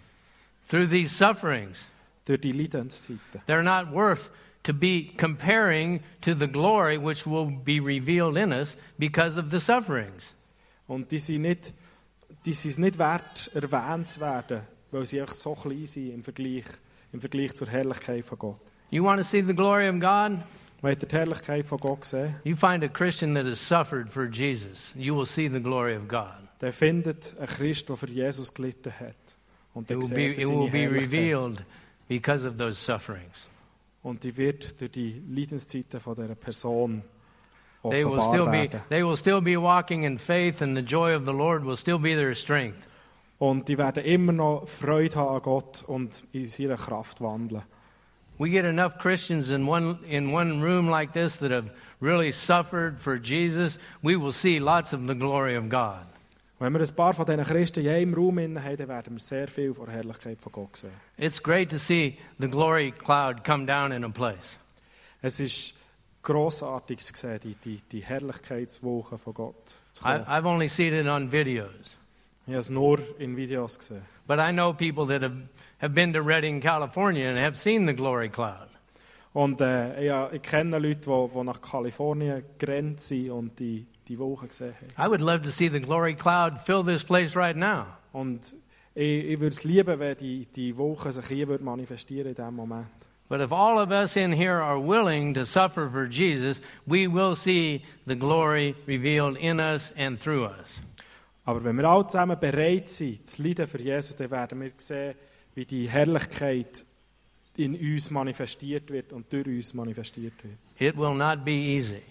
Speaker 1: Through these sufferings,
Speaker 2: durch die Leidenszeiten.
Speaker 1: they're not worth to be comparing to the glory which will be revealed in us because of the sufferings.
Speaker 2: Und die sind, nicht, die sind es nicht wert, erwähnt zu werden, weil sie einfach so klein sind im Vergleich, im Vergleich zur Herrlichkeit von Gott.
Speaker 1: You want to see the glory of God?
Speaker 2: Wollt ihr die Herrlichkeit von Gott sehen,
Speaker 1: You find a Christian that has suffered for Jesus, you will see the glory of God.
Speaker 2: dann findet ein Christ, der für Jesus gelitten hat. Und
Speaker 1: It
Speaker 2: dann
Speaker 1: will
Speaker 2: seht
Speaker 1: be,
Speaker 2: ihr
Speaker 1: it
Speaker 2: seine
Speaker 1: will be
Speaker 2: Herrlichkeit.
Speaker 1: revealed because of those sufferings.
Speaker 2: Und die wird durch die Leidenszeiten von dieser Person
Speaker 1: They will still
Speaker 2: offenbar
Speaker 1: be,
Speaker 2: werden.
Speaker 1: they will still be walking in faith, and the joy of the Lord will still be their strength.
Speaker 2: Und die werden immer noch Freude haben an Gott und in seiner Kraft wandeln.
Speaker 1: We get enough Christians in one, in one room like this that have really suffered for Jesus. We will see lots of the glory of God.
Speaker 2: Wenn wir ein paar von diesen Christen hier im Raum innen haben, dann werden wir sehr viel von der Herrlichkeit von Gott sehen.
Speaker 1: It's great to see the glory cloud come down in a place.
Speaker 2: Es ist grossartig zu sehen, die, die, die Herrlichkeitswoche von Gott zu kommen.
Speaker 1: I, I've only seen it on videos,
Speaker 2: Ich habe es nur in Videos gesehen.
Speaker 1: but I know people that have, have been to Redding, California, and have seen the glory cloud.
Speaker 2: Und äh, ich, ja, ich kenne Leute, die, die nach Kalifornien gerannt sind und die, die Woche gesehen haben.
Speaker 1: I would love to see the glory cloud fill this place right now.
Speaker 2: Und ich, ich würde es lieben, wenn die, die Woche sich hier würde manifestieren in diesem Moment.
Speaker 1: But if all of us in here are willing to suffer for Jesus, we will see the glory revealed in us and through us.
Speaker 2: Aber wenn wir alle zusammen bereit sind, zu leiden für Jesus, dann werden wir sehen, wie die Herrlichkeit in uns manifestiert wird und durch uns manifestiert wird.
Speaker 1: It will not be easy.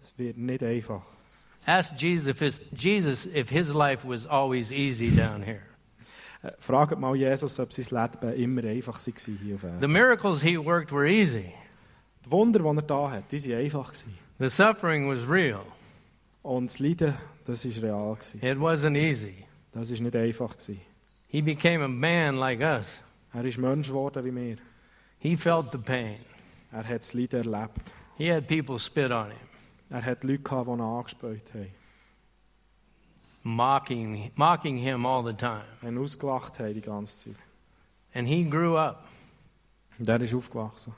Speaker 2: Es wird nicht einfach.
Speaker 1: Ask Jesus if his, Jesus if his life was always easy down here.
Speaker 2: Äh, Fragt mal Jesus, ob sein Leben immer einfach war hier auf Erden.
Speaker 1: The miracles he worked were easy.
Speaker 2: Die Wunder, die er da hat, die waren einfach. gewesen.
Speaker 1: The suffering was real.
Speaker 2: Und das Leiden, das war real. gewesen.
Speaker 1: It wasn't easy.
Speaker 2: Das war nicht einfach. gewesen.
Speaker 1: He became a man like us.
Speaker 2: Er ist Mensch geworden wie wir.
Speaker 1: He felt the pain.
Speaker 2: Er hat das Leiden erlebt.
Speaker 1: He had people spit on him,
Speaker 2: Er hat Leute gehabt, die ihn angespäut haben.
Speaker 1: mocking mocking him all the time.
Speaker 2: Ihn ausgelacht haben die ganze Zeit.
Speaker 1: And he grew up.
Speaker 2: Und er ist aufgewachsen.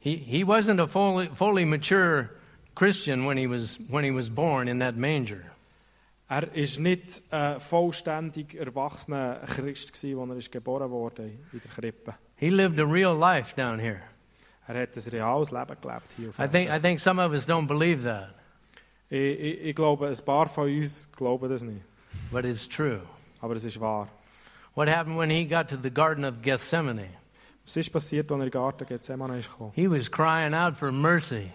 Speaker 1: He he wasn't a fully fully mature Christian when he was when he was born in that manger.
Speaker 2: Er ist nicht ein vollständig erwachsener Christ, gewesen, als er ist geboren wurde in der Krippe.
Speaker 1: He lived a real life down here.
Speaker 2: Er hat ein reales Leben gelebt hier auf
Speaker 1: I think, I think some of us don't believe that,
Speaker 2: Ich, ich, ich glaube, ein paar von uns glauben das nicht.
Speaker 1: but it's true.
Speaker 2: Aber es ist wahr.
Speaker 1: What happened when he got to the Garden of Gethsemane?
Speaker 2: Was ist passiert, als er in den Garten Gethsemane ist gekommen?
Speaker 1: He was crying out for mercy.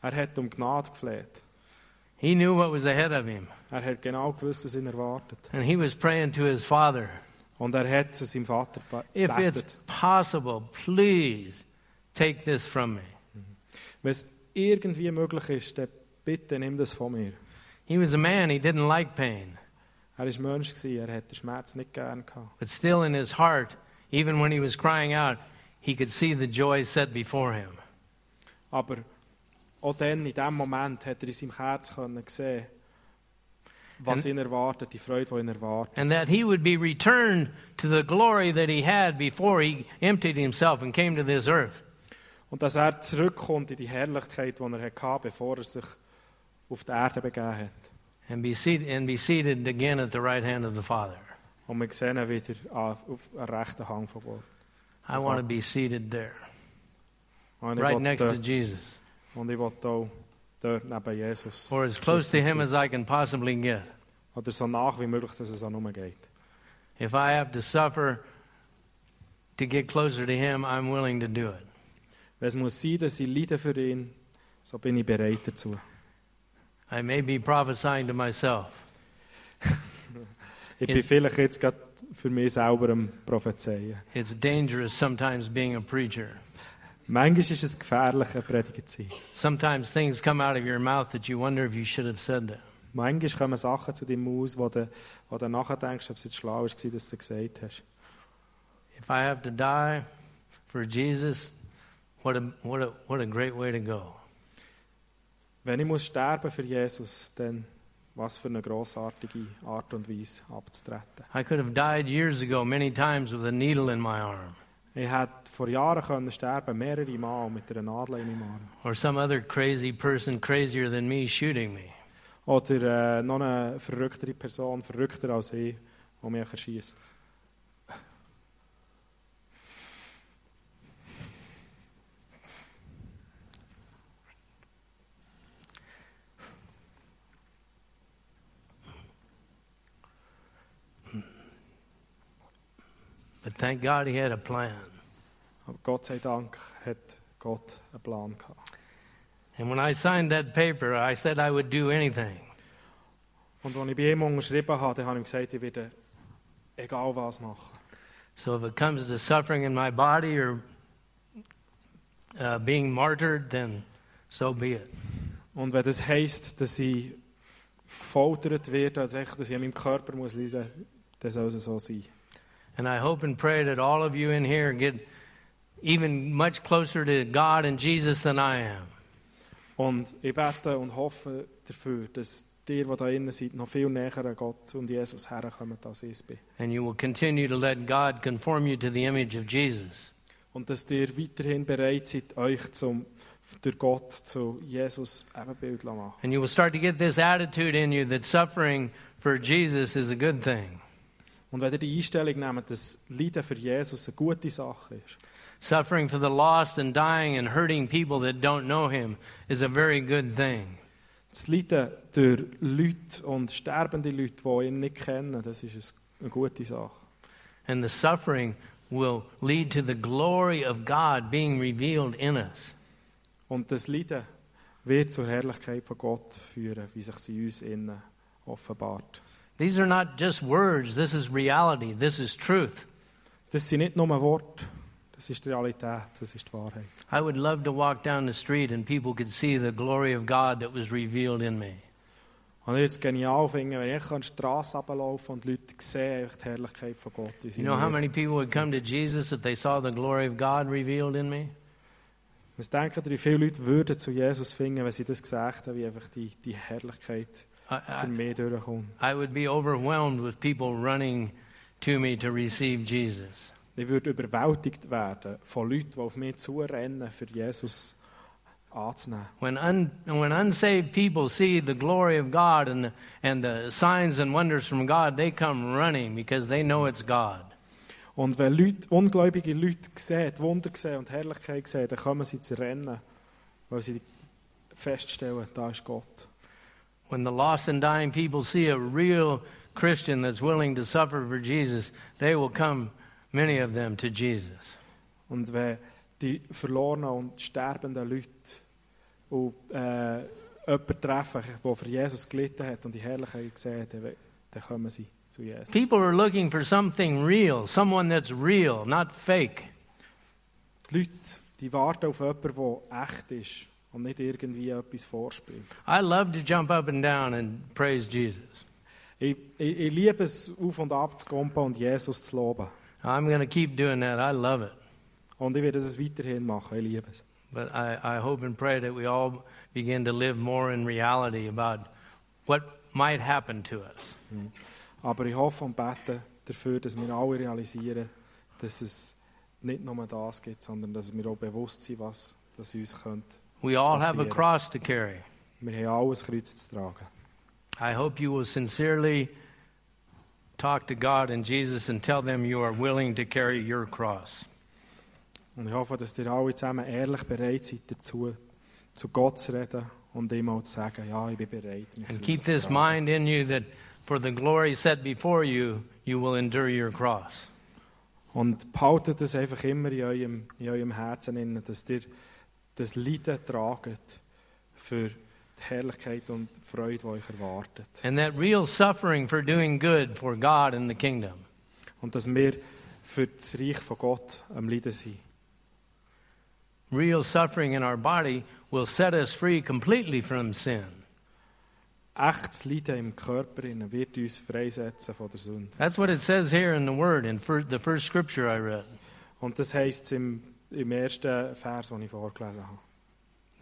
Speaker 2: Er hat um Gnade gefleht.
Speaker 1: He knew what was ahead of him,
Speaker 2: Er hat genau gewusst, was ihn erwartet.
Speaker 1: and he was praying to his Father
Speaker 2: Und er hat zu seinem Vater be-
Speaker 1: If it's
Speaker 2: gebetet.
Speaker 1: possible, please take this from me.
Speaker 2: Wenn es irgendwie möglich ist, dann bitte nimm das von mir.
Speaker 1: He was a man, he didn't like pain,
Speaker 2: Er war Mensch, gewesen, er hat den Schmerz nicht gern gehabt.
Speaker 1: but still in his heart, even when he was crying out, he could see the joy set before him.
Speaker 2: Aber auch dann, in dem Moment, hat er in seinem Herz können sehen, was
Speaker 1: Und-
Speaker 2: ihn erwartet, die Freude, die ihn erwartet.
Speaker 1: and that he would be returned to the glory that he had before he emptied himself and came to this earth.
Speaker 2: Und dass er zurückkommt in die Herrlichkeit, die er hatte, bevor er sich auf die Erde begeben hat.
Speaker 1: And be, seated, and be seated again at the right hand of the Father.
Speaker 2: Und wir sehen ihn wieder an- auf den rechten Hang von Gott.
Speaker 1: I want to be seated there,
Speaker 2: Und ich
Speaker 1: right
Speaker 2: will
Speaker 1: next
Speaker 2: dort-
Speaker 1: to Jesus,
Speaker 2: Und ich will auch dort neben Jesus.
Speaker 1: or as close to
Speaker 2: sitzen
Speaker 1: him
Speaker 2: sein.
Speaker 1: as I can possibly get.
Speaker 2: Oder so nach wie möglich, dass es auch nur geht.
Speaker 1: If I have to suffer to get closer to him, I'm willing to do it.
Speaker 2: Wenn es muss sein, dass ich leide für ihn, so bin ich bereit dazu.
Speaker 1: I may be prophesying to myself,
Speaker 2: Ich
Speaker 1: Jetzt-
Speaker 2: bin vielleicht jetzt gerade für mich selber am Prophezeien.
Speaker 1: it's dangerous sometimes being a preacher.
Speaker 2: Manchmal ist es gefährlich, ein Prediger zu sein.
Speaker 1: Sometimes things come out of your mouth that you wonder if you should have said that.
Speaker 2: Manchmal kommen Sachen zu deinem Haus, wo du, wo du nachdenkst, ob es jetzt schlau war, dass du sie gesagt hast.
Speaker 1: If I have to die for Jesus, what a, what a, what a great way to go.
Speaker 2: Wenn ich muss sterben für Jesus, dann was für eine grossartige Art und Weise abzutreten.
Speaker 1: I could have died years ago many times with a needle in my arm
Speaker 2: Ich hätte vor Jahren können sterben, mehrere Mal mit einer Nadel in meinem Arm.
Speaker 1: or some other crazy person crazier than me shooting me.
Speaker 2: Oder äh, noch eine verrücktere Person, verrückter als ich, die mich erschießt.
Speaker 1: But thank God he had a plan.
Speaker 2: Aber Gott sei Dank hat Gott einen Plan gehabt.
Speaker 1: And when I signed that paper, I said I would do anything.
Speaker 2: Und als ich bei ihm unterschrieben habe, dann habe ich ihm gesagt, ich werde egal was machen.
Speaker 1: So if it comes to suffering in my body or uh, being martyred, then so be it.
Speaker 2: Und wenn das heisst, dass ich gefoltert werde, also echt, dass ich an meinem Körper muss leiden muss, dann soll es so sein.
Speaker 1: And I hope and pray that all of you in here get even much closer to God and Jesus than I am.
Speaker 2: Und ich bete und hoffe dafür, dass dir, die da innen seid, noch viel näher an Gott und Jesus herkommt, als ich es bin.
Speaker 1: And you will continue to let God conform you to the image of Jesus.
Speaker 2: Und dass ihr weiterhin bereit seid, euch zum, durch Gott zu Jesus Ebenbild zu machen.
Speaker 1: And you will start to get this attitude in you that suffering for Jesus is a good thing.
Speaker 2: Und wenn ihr die Einstellung nehmt, dass Leiden für Jesus eine gute Sache ist,
Speaker 1: Suffering for the lost and dying and hurting people that don't know Him is a very good thing.
Speaker 2: das Leiden durch Leute und sterbende Leute, die ihn nicht kennen, das ist es- eine gute Sache.
Speaker 1: And the suffering will lead to the glory of God being revealed in us.
Speaker 2: Und das Leiden wird zur Herrlichkeit von Gott führen, wie sich sie uns innen offenbart.
Speaker 1: These are not just words, this is reality, this is truth.
Speaker 2: Das sind nicht nur Worte, das ist die Realität, das ist die Wahrheit.
Speaker 1: I would love to walk down the street and people could see the glory of God that was revealed in me.
Speaker 2: Und ich würde es genial finden, wenn ich an die Straße runterlaufe und die Leute sehen einfach die Herrlichkeit von Gott. wie sie
Speaker 1: You know how
Speaker 2: mir-
Speaker 1: many people would come to Jesus if they saw the glory of God revealed in me?
Speaker 2: Was denken ihr, wie viele Leute würden zu Jesus finden, wenn sie das gesagt haben, wie einfach die, die Herrlichkeit
Speaker 1: I,
Speaker 2: durch
Speaker 1: I,
Speaker 2: mich durchkommt?
Speaker 1: I would be overwhelmed with people running to me to receive Jesus.
Speaker 2: Ich würde überwältigt werden von Leuten, die auf mich zurennen, für Jesus anzunehmen.
Speaker 1: When, un, when unsaved people see the glory of God and the, and the signs and wonders from God, they come running because they know it's God.
Speaker 2: Und wenn Leute, ungläubige Leute sehen, die Wunder sehen und Herrlichkeit sehen, dann kommen sie zu Rennen, weil sie feststellen, da ist Gott.
Speaker 1: When the lost and dying people see a real Christian that's willing to suffer for Jesus, they will come, many of them, to Jesus.
Speaker 2: Und wenn die verlorenen und sterbenden Leute auf, äh, jemanden treffen, der für Jesus gelitten hat und die Herrlichkeit sehen, dann, dann kommen sie zu Jesus.
Speaker 1: People are looking for something real, someone that's real, not fake.
Speaker 2: Die Leute die warten auf jemanden, der echt ist und nicht irgendwie etwas vorspielt.
Speaker 1: I love to jump up and down and praise Jesus.
Speaker 2: Ich, ich, ich liebe es, auf und ab zu kumpen und Jesus zu loben.
Speaker 1: I'm going to keep doing that. I love it.
Speaker 2: Und ich werde es weiterhin machen. Ich liebe es.
Speaker 1: But I, I hope and pray that we all begin to live more in reality about what might happen to us.
Speaker 2: Aber ich hoffe und bete dafür, dass wir alle realisieren, dass es nicht nur das gibt, sondern dass wir auch bewusst sind, was das uns könnte.
Speaker 1: We all have a
Speaker 2: Passieren.
Speaker 1: cross to carry.
Speaker 2: Wir haben alles Kreuz zu tragen.
Speaker 1: I hope you will sincerely talk to God and Jesus and tell them you are willing to carry your cross.
Speaker 2: Und ich hoffe, dass ihr alle zusammen ehrlich bereit seid, dazu zu Gott zu reden und ihm auch zu sagen, ja, ich bin bereit. mein
Speaker 1: And
Speaker 2: Kreuz
Speaker 1: keep
Speaker 2: zu
Speaker 1: this
Speaker 2: tragen.
Speaker 1: mind in you that for the glory set before you, you will endure your cross.
Speaker 2: Und behaltet das einfach immer in eurem, in eurem Herzen, inne, dass ihr das Leiden tragt für die Herrlichkeit und die Freude, die euch erwartet.
Speaker 1: And that real suffering for doing good for God and the kingdom.
Speaker 2: Und dass wir für das Reich von Gott am Leiden sind.
Speaker 1: Real suffering in our body will set us free completely from sin.
Speaker 2: Echtes Leiden im Körper inne wird uns freisetzen von der Sünde.
Speaker 1: That's what it says here in the Word, in fir- the first scripture I read.
Speaker 2: Und das heisst es im, im ersten Vers, den ich vorgelesen habe.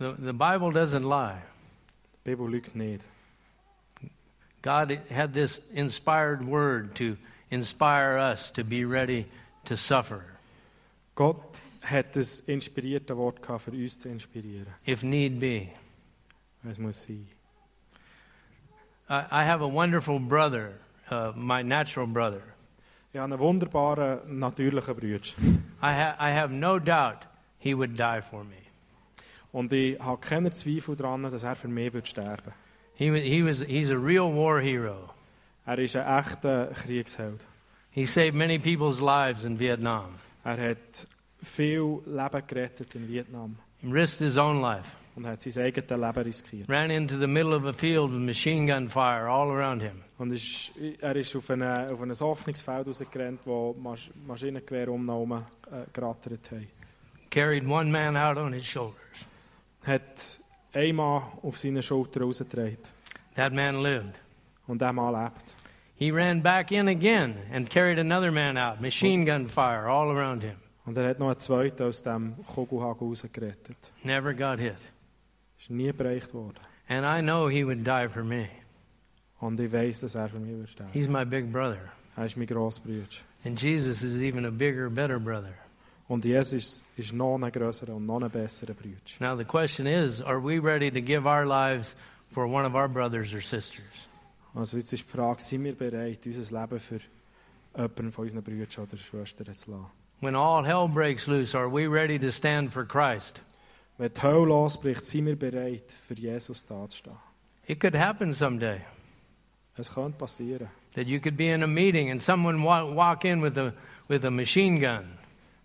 Speaker 1: The, the Bible doesn't lie.
Speaker 2: Die Bibel lügt nicht.
Speaker 1: God had this inspired word to inspire us to be ready to suffer
Speaker 2: Gott hat das inspirierte Wort gehabt, für uns zu inspirieren.
Speaker 1: if need be.
Speaker 2: Es muss sein.
Speaker 1: I, I have a wonderful brother, uh, my natural brother.
Speaker 2: Ich habe einen wunderbaren, natürlichen Bruder.
Speaker 1: I, ha- I have no doubt he would die for me.
Speaker 2: Und ich habe keine Zweifel daran, dass er für mich wird sterben würde.
Speaker 1: He, wa- he was, he's a real war hero.
Speaker 2: Er ist ein echter Kriegsheld.
Speaker 1: He saved many people's lives in Vietnam,
Speaker 2: Er hat viel Leben gerettet in Vietnam
Speaker 1: He risked his own life,
Speaker 2: und hat sein eigenes Leben riskiert.
Speaker 1: ran into the middle of a field with machine gun fire all around him.
Speaker 2: Und ist, er ist auf ein, auf ein Hoffnungsfeld rausgerannt, wo Mas Maschinengewehr umgenommen äh, gerattert haben.
Speaker 1: Carried one man out on his shoulders.
Speaker 2: Hat einen Mann auf seine Schulter rausgetragen
Speaker 1: That man lived.
Speaker 2: und der Mann lebt.
Speaker 1: He ran back in again and carried another man out, machine gun fire all around him.
Speaker 2: Und er hat noch einen zweiten aus dem Kugelhagel rausgerettet.
Speaker 1: Never got hit.
Speaker 2: Ist nie bereicht worden.
Speaker 1: And I know he would die for me.
Speaker 2: Und ich weiß, dass er für mich wird sterben.
Speaker 1: He's my big brother.
Speaker 2: Er ist mein Grossbruder.
Speaker 1: And Jesus is even a bigger, better brother.
Speaker 2: Und Jesus ist noch ein grösserer und noch ein besserer Bruder.
Speaker 1: Now, the question is are we ready to give our lives for one of our brothers or sisters?
Speaker 2: Also jetzt ist die Frage, sind wir bereit, unser Leben für jemanden von unseren Brüdern oder Schwestern zu lassen?
Speaker 1: When all hell breaks loose, are we ready to stand for Christ?
Speaker 2: Wenn die Hölle losbricht, sind wir bereit, für Jesus da zu stehen.
Speaker 1: It could happen someday
Speaker 2: Es könnte passieren,
Speaker 1: that you could be in a meeting and someone wa- walk in with a, with a machine gun.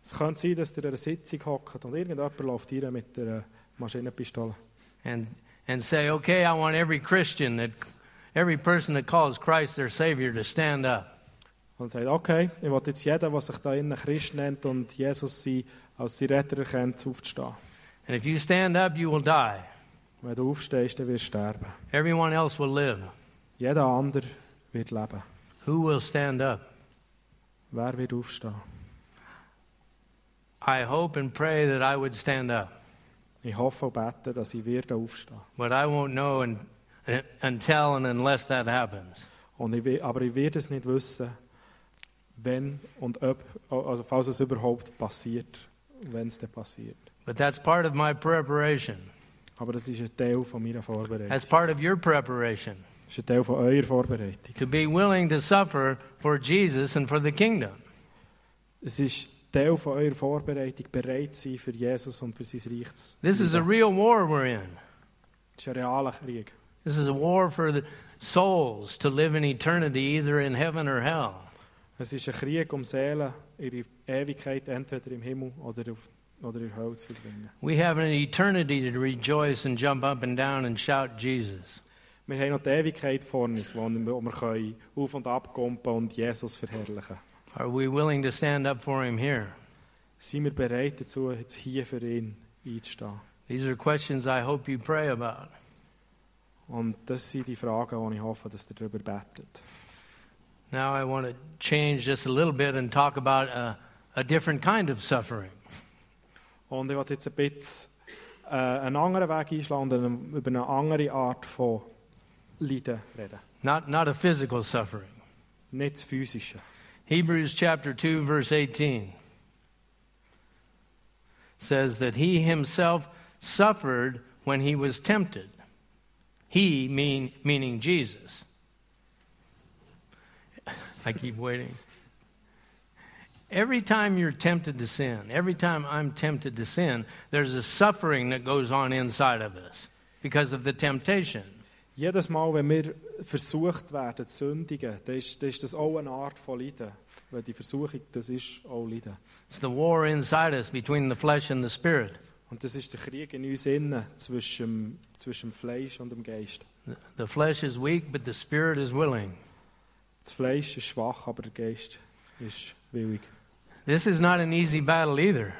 Speaker 2: Es könnte sein, dass ihr in einer Sitzung hockt und irgendjemand läuft rein mit einer Maschinenpistole
Speaker 1: and and say, okay, I want every Christian that every person that calls Christ their Savior to stand up.
Speaker 2: und sagt, okay, ich will jetzt jeden, der sich da innen Christ nennt und Jesus sie als sein Retter erkennt, aufzustehen.
Speaker 1: And if you stand up, you will die.
Speaker 2: Wenn du aufstehst, dann wirst du sterben.
Speaker 1: Everyone else will live.
Speaker 2: Jeder andere wird leben.
Speaker 1: Who will stand up?
Speaker 2: Wer wird aufstehen?
Speaker 1: I hope and pray that I would stand up,
Speaker 2: Ich hoffe und bete, dass ich werde aufstehen.
Speaker 1: but I won't know un until and unless that happens.
Speaker 2: Und ich, we- aber ich werde es nicht wissen, wenn und ob, also falls es überhaupt passiert, wenn es denn passiert.
Speaker 1: But that's part of my preparation.
Speaker 2: Aber das ist ein Teil von meiner Vorbereitung.
Speaker 1: as part of your preparation
Speaker 2: Das ist ein Teil von eurer Vorbereitung.
Speaker 1: to be willing to suffer for Jesus and for the kingdom.
Speaker 2: Es ist Teil von eurer Vorbereitung, bereit sein für Jesus und für sein Reich. zu
Speaker 1: This is a
Speaker 2: leiden.
Speaker 1: real war we're in.
Speaker 2: Das ist ein realer Krieg.
Speaker 1: This is a war for the souls to live in eternity, either in heaven or hell.
Speaker 2: Es ist ein Krieg um Seelen, ihre Ewigkeit entweder im Himmel oder, auf, oder in der Hölle zu verbringen.
Speaker 1: We have an eternity to rejoice and jump up and down and shout Jesus.
Speaker 2: Wir haben noch die Ewigkeit vor uns, wo wir, wo wir können auf und ab kumpen und Jesus verherrlichen
Speaker 1: Are we willing to stand up for him here?
Speaker 2: Sind wir bereit dazu, jetzt hier für ihn einzustehen?
Speaker 1: These are questions I hope you pray about.
Speaker 2: Und das sind die Fragen, die ich hoffe, dass ihr darüber betet.
Speaker 1: Now I want to change just a little bit and talk about a, a different kind of suffering.
Speaker 2: Und ich will jetzt ein bisschen äh, einen anderen Weg einschlagen und einen- über eine andere Art von Leiden reden.
Speaker 1: Not, not a physical suffering.
Speaker 2: Nicht das Physische.
Speaker 1: Hebrews chapter 2, verse 18 says that he himself suffered when he was tempted. He, mean, meaning Jesus. I keep waiting. Every time you're tempted to sin, every time I'm tempted to sin, there's a suffering that goes on inside of us because of the temptation.
Speaker 2: Jedes Mal, wenn wir versucht werden zu sündigen, dann ist, dann ist das auch eine Art von Leiden. Weil die Versuchung, das ist auch Leiden.
Speaker 1: It's the war inside us between the flesh and the spirit.
Speaker 2: Und das ist der Krieg in uns innen, zwischen, dem- zwischen dem Fleisch und dem Geist.
Speaker 1: The flesh is weak, but the spirit is willing.
Speaker 2: Das Fleisch ist schwach, aber der Geist ist willig.
Speaker 1: This is not an easy battle either.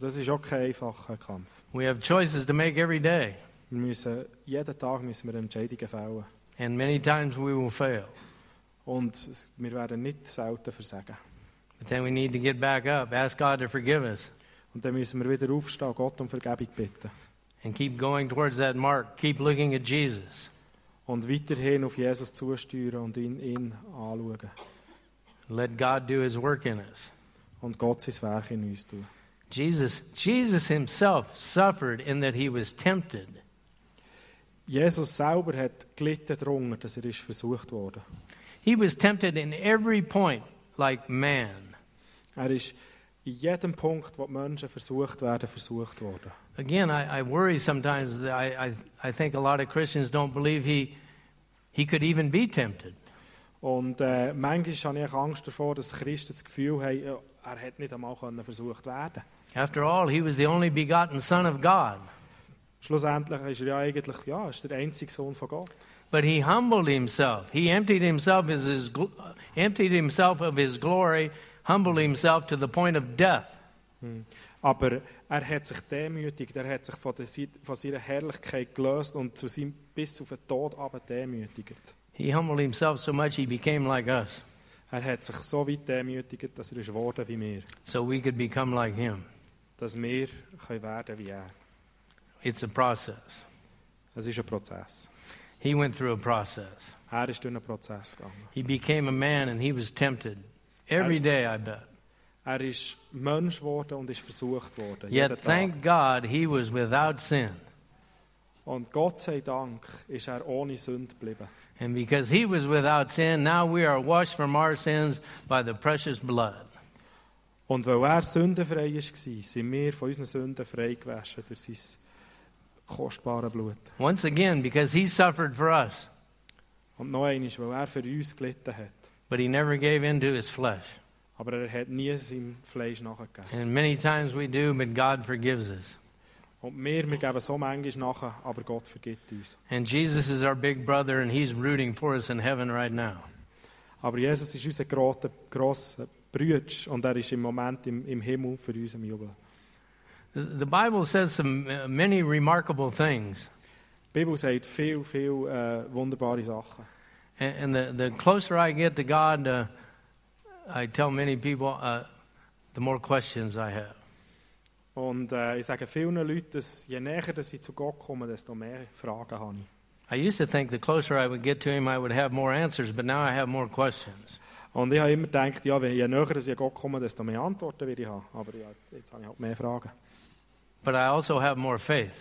Speaker 2: Das ist auch kein einfacher Kampf.
Speaker 1: We have choices to make every day,
Speaker 2: Wir müssen, jeden Tag müssen wir Entscheidungen fällen.
Speaker 1: and many times we will fail.
Speaker 2: Und es- wir werden nicht selten versagen.
Speaker 1: But then we need to get back up, ask God to forgive us,
Speaker 2: Und dann müssen wir wieder aufstehen, Gott um Vergebung bitten.
Speaker 1: and keep going towards that mark. Keep looking at Jesus.
Speaker 2: Und weiterhin auf Jesus zusteuern und ihn, ihn anschauen.
Speaker 1: Let God do his work in us.
Speaker 2: Und Gott sein Werk in uns tun.
Speaker 1: Jesus, Jesus himself suffered in that he was tempted.
Speaker 2: Jesus selber hat gelitten darunter, dass er ist versucht wurde.
Speaker 1: He was tempted in every point like man.
Speaker 2: Er ist in jedem Punkt, wo die Menschen versucht werden, versucht worden.
Speaker 1: Again, I, I worry sometimes that I, I, I think a lot of Christians don't believe he, he could even be tempted.
Speaker 2: Und äh, manchmal habe ich Angst davor, dass Christen das Gefühl haben, ja, er hätte nicht einmal können versucht werden
Speaker 1: After all, he was the only begotten Son of God.
Speaker 2: Schlussendlich ist er ja eigentlich ja, ist der einzige Sohn von Gott.
Speaker 1: But he humbled himself. He emptied himself, as his, gl- emptied himself of his glory, humbled himself to the point of death.
Speaker 2: Aber er hat sich demütigt, er hat sich von, der, Seite- von seiner Herrlichkeit gelöst und zu seinem, bis auf den Tod aber demütigt.
Speaker 1: He humbled himself so much he became like us,
Speaker 2: Er hat sich so weit demütigt, dass er ist worden wie wir.
Speaker 1: so we could become like him.
Speaker 2: Dass wir können werden wie er.
Speaker 1: It's a process.
Speaker 2: Es ist ein Prozess.
Speaker 1: He went through a process.
Speaker 2: Er ist durch einen Prozess gegangen.
Speaker 1: He became a man and he was tempted every day, I bet.
Speaker 2: Er ist Mensch geworden und ist versucht worden. jeden
Speaker 1: Yet
Speaker 2: Tag.
Speaker 1: thank God he was without sin.
Speaker 2: Und Gott sei Dank ist er ohne Sünde geblieben.
Speaker 1: And because he was without sin, now we are washed from our sins by the precious blood.
Speaker 2: Und weil er sündenfrei war, sind wir von unseren Sünden frei gewaschen durch sein kostbares Blut.
Speaker 1: Once again, because he suffered for us,
Speaker 2: Und noch einmal, weil er für uns gelitten hat.
Speaker 1: but he never gave in to his flesh.
Speaker 2: Aber er hat nie seinem Fleisch nachgegeben.
Speaker 1: And many times we do, but God forgives us.
Speaker 2: Und wir, wir geben so manchmal nach, aber Gott vergibt uns.
Speaker 1: And Jesus is our big brother, and he's rooting for us in heaven right now.
Speaker 2: Aber Jesus ist unser groter- grosser Brütsch und er ist im Moment im, im Himmel für uns im Jubel.
Speaker 1: The- The Bible says some uh, many remarkable things.
Speaker 2: Die Bibel sagt viel, viel äh, wunderbare Sachen.
Speaker 1: And, and the, the closer I get to God, uh, I tell many people, uh, the more questions I have.
Speaker 2: Und äh, ich sage vielen Leuten, dass je näher dass sie zu Gott kommen, desto mehr Fragen habe ich.
Speaker 1: I used to think the closer I would get to him, I would have more answers, but now I have more questions.
Speaker 2: Und ich habe immer gedacht, ja, wenn- je näher dass ich an Gott komme, desto mehr Antworten werde ich haben. Aber ja, jetzt, jetzt habe ich halt mehr Fragen.
Speaker 1: but I also have more faith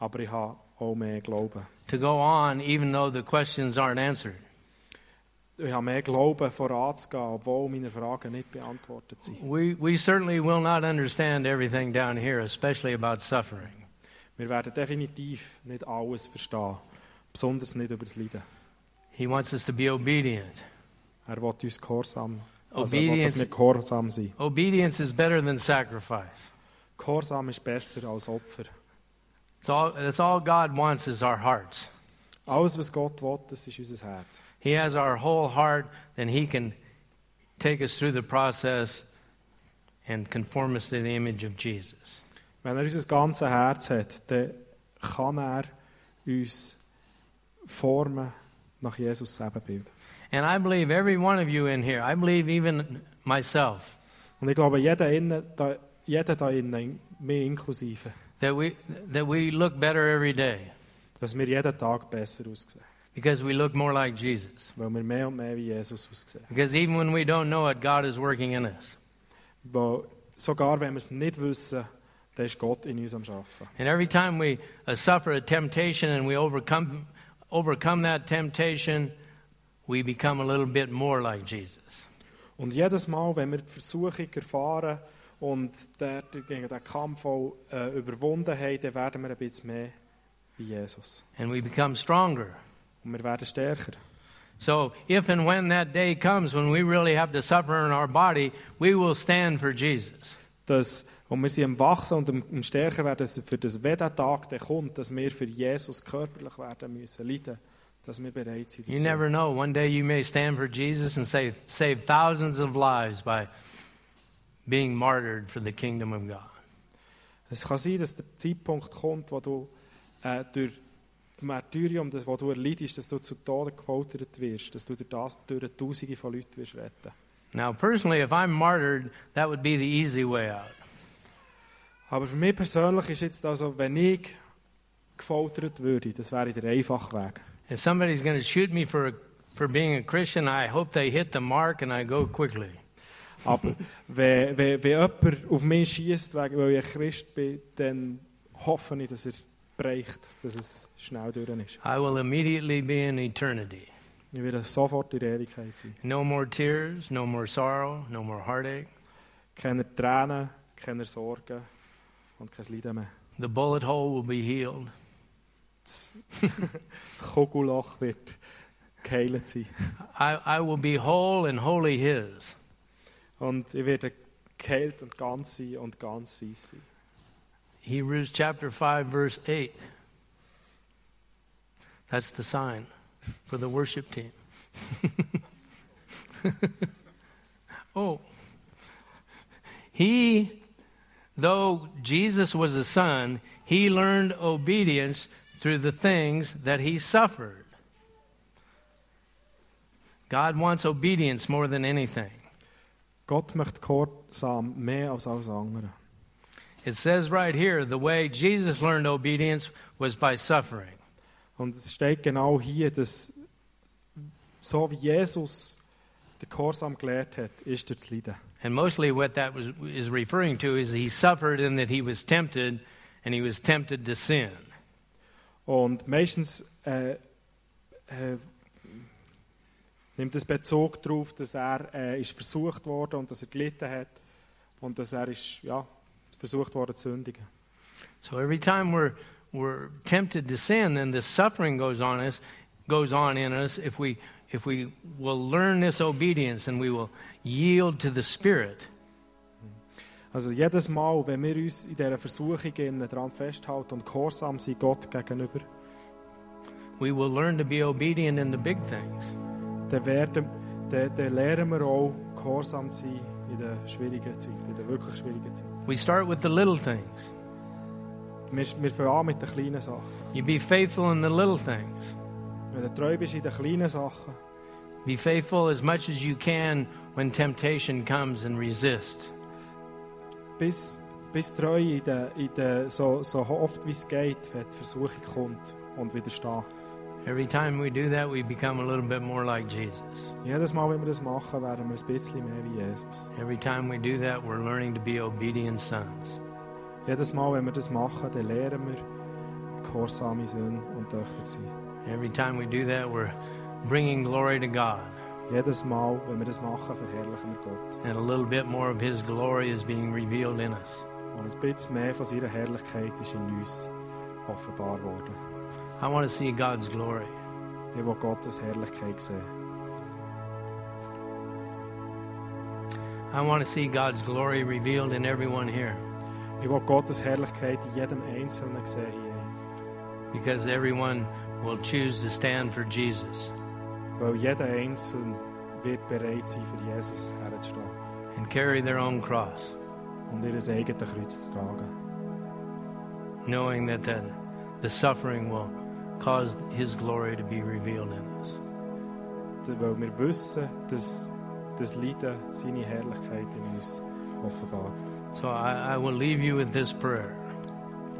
Speaker 2: aber ich habe auch mehr Glauben.
Speaker 1: to go on, even though the questions aren't answered.
Speaker 2: Ich habe mehr Glauben voranzugehen, obwohl meine Fragen nicht beantwortet sind.
Speaker 1: We, we certainly will not understand everything down here, especially about suffering.
Speaker 2: Wir werden definitiv nicht alles verstehen, besonders nicht über das Leiden.
Speaker 1: He wants us to be obedient.
Speaker 2: Er will uns gehorsam, also er will, dass
Speaker 1: Obedience,
Speaker 2: wir gehorsam sind.
Speaker 1: obedience is better than sacrifice.
Speaker 2: Gehorsam ist besser als Opfer.
Speaker 1: It's all, that's all God wants is our hearts.
Speaker 2: Alles, was Gott will, das ist unser Herz.
Speaker 1: He has our whole heart, then He can take us through the process and conform us to the image of Jesus.
Speaker 2: Wenn er unser ganzes Herz hat, dann kann er uns formen nach Jesus' Ebenbild.
Speaker 1: And I believe every one of you in here, I believe even myself,
Speaker 2: Und ich glaube, jeder, innen, da, jeder da innen, mir inklusive,
Speaker 1: that we, that we look better every day
Speaker 2: dass wir jeden Tag besser aussehen.
Speaker 1: because we look more like Jesus.
Speaker 2: Weil wir mehr und mehr wie Jesus aussehen.
Speaker 1: Because even when we don't know it, God is working in us.
Speaker 2: Weil sogar wenn wir es nicht wissen, dann ist Gott in uns am Arbeiten.
Speaker 1: And every time we uh, suffer a temptation and we overcome, overcome that temptation, we become a little bit more like Jesus.
Speaker 2: Und jedes Mal, wenn wir die Versuchung erfahren und der, gegen den Kampf auch, äh, überwunden haben, dann werden wir ein bisschen mehr wie Jesus.
Speaker 1: And we become stronger.
Speaker 2: Und wir werden stärker.
Speaker 1: So, if and when that day comes when we really have to suffer in our body, we will stand for Jesus.
Speaker 2: Dass, und wir sind am Wachsen und am, am Stärker werden, dass für das, wenn der Tag dann kommt, dass wir für Jesus körperlich werden müssen, leiden, dass wir bereit sind.
Speaker 1: You
Speaker 2: dazu.
Speaker 1: never know. One day you may stand for Jesus and save, save thousands of lives by being martyred for the kingdom of God.
Speaker 2: Es kann sein, dass der Zeitpunkt kommt, wo du äh, durch das Martyrium, das wo du erleidest, dass du zu Tode gefoltert wirst, dass du durch das durch Tausende von Leuten wirst retten.
Speaker 1: Now, personally, if I'm martyred, that would be the easy way out.
Speaker 2: Aber für mich persönlich ist jetzt also, wenn ich gefoltert würde, das wäre der einfache Weg.
Speaker 1: If somebody's going to shoot me for, for being a Christian, I hope they hit the mark and I go quickly.
Speaker 2: Aber wenn, wenn, wenn jemand auf mich schießt, weil ich ein Christ bin, dann hoffe ich, dass er breicht, dass es schnell durch ist.
Speaker 1: I will immediately be in eternity.
Speaker 2: Ich werde sofort in der Ewigkeit sein.
Speaker 1: No more tears, no more sorrow, no more heartache.
Speaker 2: Keine Tränen, keine Sorgen und kein Leiden mehr.
Speaker 1: The bullet hole will be healed.
Speaker 2: das das Kugelloch wird geheilt sein.
Speaker 1: I, I will be whole and wholly His.
Speaker 2: Und ich werde geheilt und ganz sein und ganz sein sein.
Speaker 1: Hebrews chapter 5, verse 8. That's the sign for the worship team. oh. He, though Jesus was a son, he learned obedience through the things that he suffered. God wants obedience more than anything.
Speaker 2: Gott möchte Gehorsam mehr als alles andere.
Speaker 1: It says right here the way Jesus learned obedience was by suffering.
Speaker 2: Und es steht genau hier, dass so wie Jesus den Gehorsam gelehrt hat, ist er zu leiden.
Speaker 1: And mostly what that was, is referring to is he suffered in that he was tempted and he was tempted to sin.
Speaker 2: Und meistens äh, äh, nimmt es Bezug darauf, dass er äh, ist versucht worden und dass er gelitten hat und dass er ist, ja, versucht worden zu sündigen.
Speaker 1: So every time we're, we're tempted to sin, then the suffering goes on us, goes on in us if we, if we will learn this obedience and we will yield to the Spirit.
Speaker 2: Also jedes Mal, wenn wir uns in dieser Versuchung innen dran festhalten und gehorsam sind Gott gegenüber,
Speaker 1: We will learn to be obedient in the big things.
Speaker 2: dann, werden, dann, dann lernen wir auch, gehorsam zu sein in der schwierigen Zeit, in der wirklich schwierigen Zeit.
Speaker 1: We start with the little things.
Speaker 2: Wir, wir fangen an mit den kleinen Sachen.
Speaker 1: You be faithful in the little things.
Speaker 2: Wenn du treu bist in den kleinen Sachen,
Speaker 1: Be faithful as much as you can when temptation comes and resist.
Speaker 2: bis, bis treu in der, in der, so, so oft wie es geht, wenn die Versuchung kommt und widerstehen.
Speaker 1: Every time we do that, we become a little bit more like Jesus.
Speaker 2: Jedes Mal, wenn wir das machen, werden wir ein bisschen mehr wie Jesus.
Speaker 1: Every time we do that, we're learning to be obedient sons.
Speaker 2: Jedes Mal, wenn wir das machen, dann lernen wir, gehorsame Söhne und Töchter zu sein.
Speaker 1: Every time we do that, we're bringing glory to God.
Speaker 2: Jedes Mal, wenn wir das machen, verherrlichen wir Gott.
Speaker 1: And a little bit more of His glory is being revealed in us.
Speaker 2: Und ein bisschen mehr von seiner Herrlichkeit ist in uns offenbar worden.
Speaker 1: I want to see God's glory.
Speaker 2: Ich will Gottes Herrlichkeit sehen.
Speaker 1: I want to see God's glory revealed in everyone here
Speaker 2: Ich will Gottes Herrlichkeit in jedem Einzelnen sehen. hier.
Speaker 1: because everyone will choose to stand for Jesus
Speaker 2: Weil jeder Einzelne wird bereit sein, für Jesus herzustehen
Speaker 1: and carry their own cross,
Speaker 2: und ihr eigenes Kreuz zu tragen.
Speaker 1: knowing that the, the suffering will cause His glory to be revealed in us.
Speaker 2: Weil wir wissen, dass das Leiden seine Herrlichkeit in uns offenbart.
Speaker 1: So I, I will leave you with this prayer.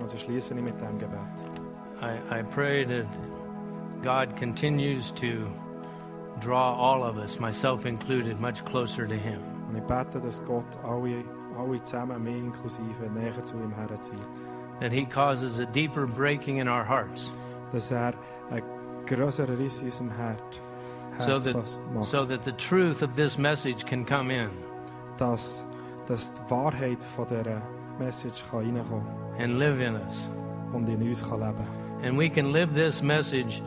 Speaker 2: Also schließe ich mit dem Gebet.
Speaker 1: I, I pray that God continues to draw all of us, myself included, much closer to Him.
Speaker 2: Und ich bete, dass Gott alle, alle zusammen, mich inklusive, näher zu ihm herzieht.
Speaker 1: That He causes a deeper breaking in our hearts
Speaker 2: Dass er einen größeren Riss in unserem Herd
Speaker 1: So
Speaker 2: Herz passt- macht.
Speaker 1: so that the truth of this message can come in
Speaker 2: Dass, dass die Wahrheit von dieser eh, Message kann reinkommen
Speaker 1: and live in us.
Speaker 2: kann und in uns kann leben
Speaker 1: And we can live this message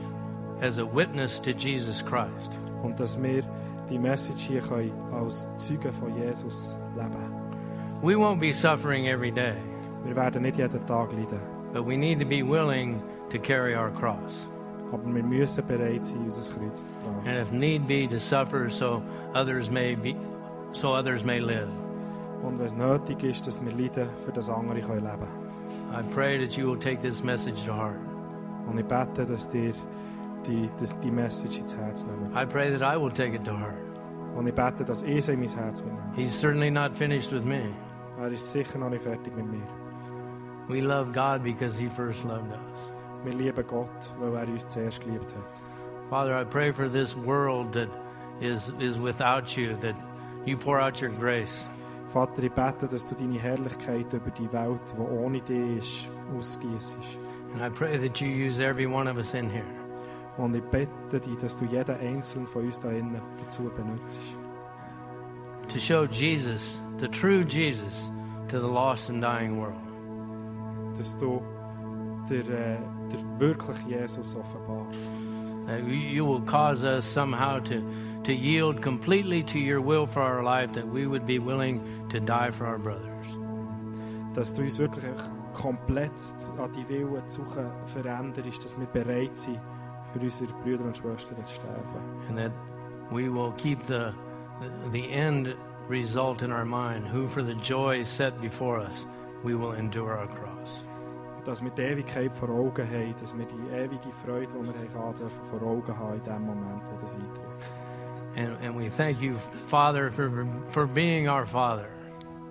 Speaker 1: as a witness to Jesus Christ.
Speaker 2: Und dass wir die Message hier können als Zeugen von Jesus leben
Speaker 1: We won't be suffering every day,
Speaker 2: Wir werden nicht jeden Tag leiden.
Speaker 1: but we need to be willing to carry our cross.
Speaker 2: Aber wir müssen bereit sein, unser Kreuz zu tragen.
Speaker 1: and if need be to suffer so others may be so others may live
Speaker 2: Und wenn es nötig ist, dass wir leiden, für das andere können leben
Speaker 1: i pray that you will take this message to heart
Speaker 2: Und ich bete, dass dir die, dass die Message ins Herz nehmen.
Speaker 1: i pray that i will take it to heart
Speaker 2: Und ich bete, dass ich sie in mein Herz mitnehme.
Speaker 1: he's certainly not finished with me
Speaker 2: Er ist sicher noch nicht fertig mit mir.
Speaker 1: we love god because he first loved us
Speaker 2: Wir lieben Gott, weil er uns zuerst geliebt hat.
Speaker 1: father i pray for this world that is is without you that you pour out your grace
Speaker 2: Vater, ich bete, dass du deine Herrlichkeit über die Welt, die ohne dich ist, ausgießest.
Speaker 1: and i pray that you use every one of us in here
Speaker 2: Und ich bete dich, dass du jeden Einzelnen von uns da innen dazu benutzt.
Speaker 1: to show jesus the true jesus to the lost and dying world
Speaker 2: Dass du der, äh, der wirkliche Jesus offenbarst.
Speaker 1: That Uh, you- you will cause us somehow to, to yield completely to your will for our life, that we would be willing to die for our brothers.
Speaker 2: dass du uns wirklich komplett an die Willen zu veränderst, dass wir bereit sind, für unsere Brüder und Schwestern zu sterben.
Speaker 1: And that we will keep the, the end result in our mind, who for the joy set before us, we will endure our cross.
Speaker 2: Und dass wir die Ewigkeit vor Augen haben, dass wir die ewige Freude, die wir haben dürfen, vor Augen haben in dem Moment, wo das eintritt.
Speaker 1: And, and we thank you, Father, for, for being our Father,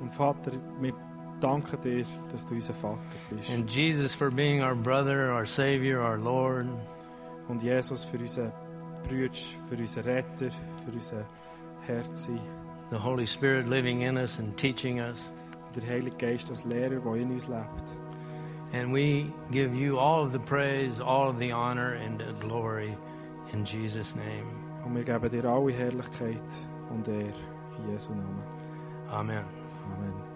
Speaker 2: Und Vater, wir danken dir, dass du unser Vater bist.
Speaker 1: and Jesus for being our brother, our Savior, our Lord.
Speaker 2: Und Jesus für unseren Bruder, für unseren Retter, für unser Herz sein.
Speaker 1: The Holy Spirit living in us and teaching us.
Speaker 2: Der Heilige Geist als Lehrer, der in uns lebt.
Speaker 1: And we give you all of the praise, all of the honor, and the glory in Jesus' name.
Speaker 2: Und wir geben dir alle Herrlichkeit und Ehre. In Jesu Namen.
Speaker 1: Amen.
Speaker 2: Amen.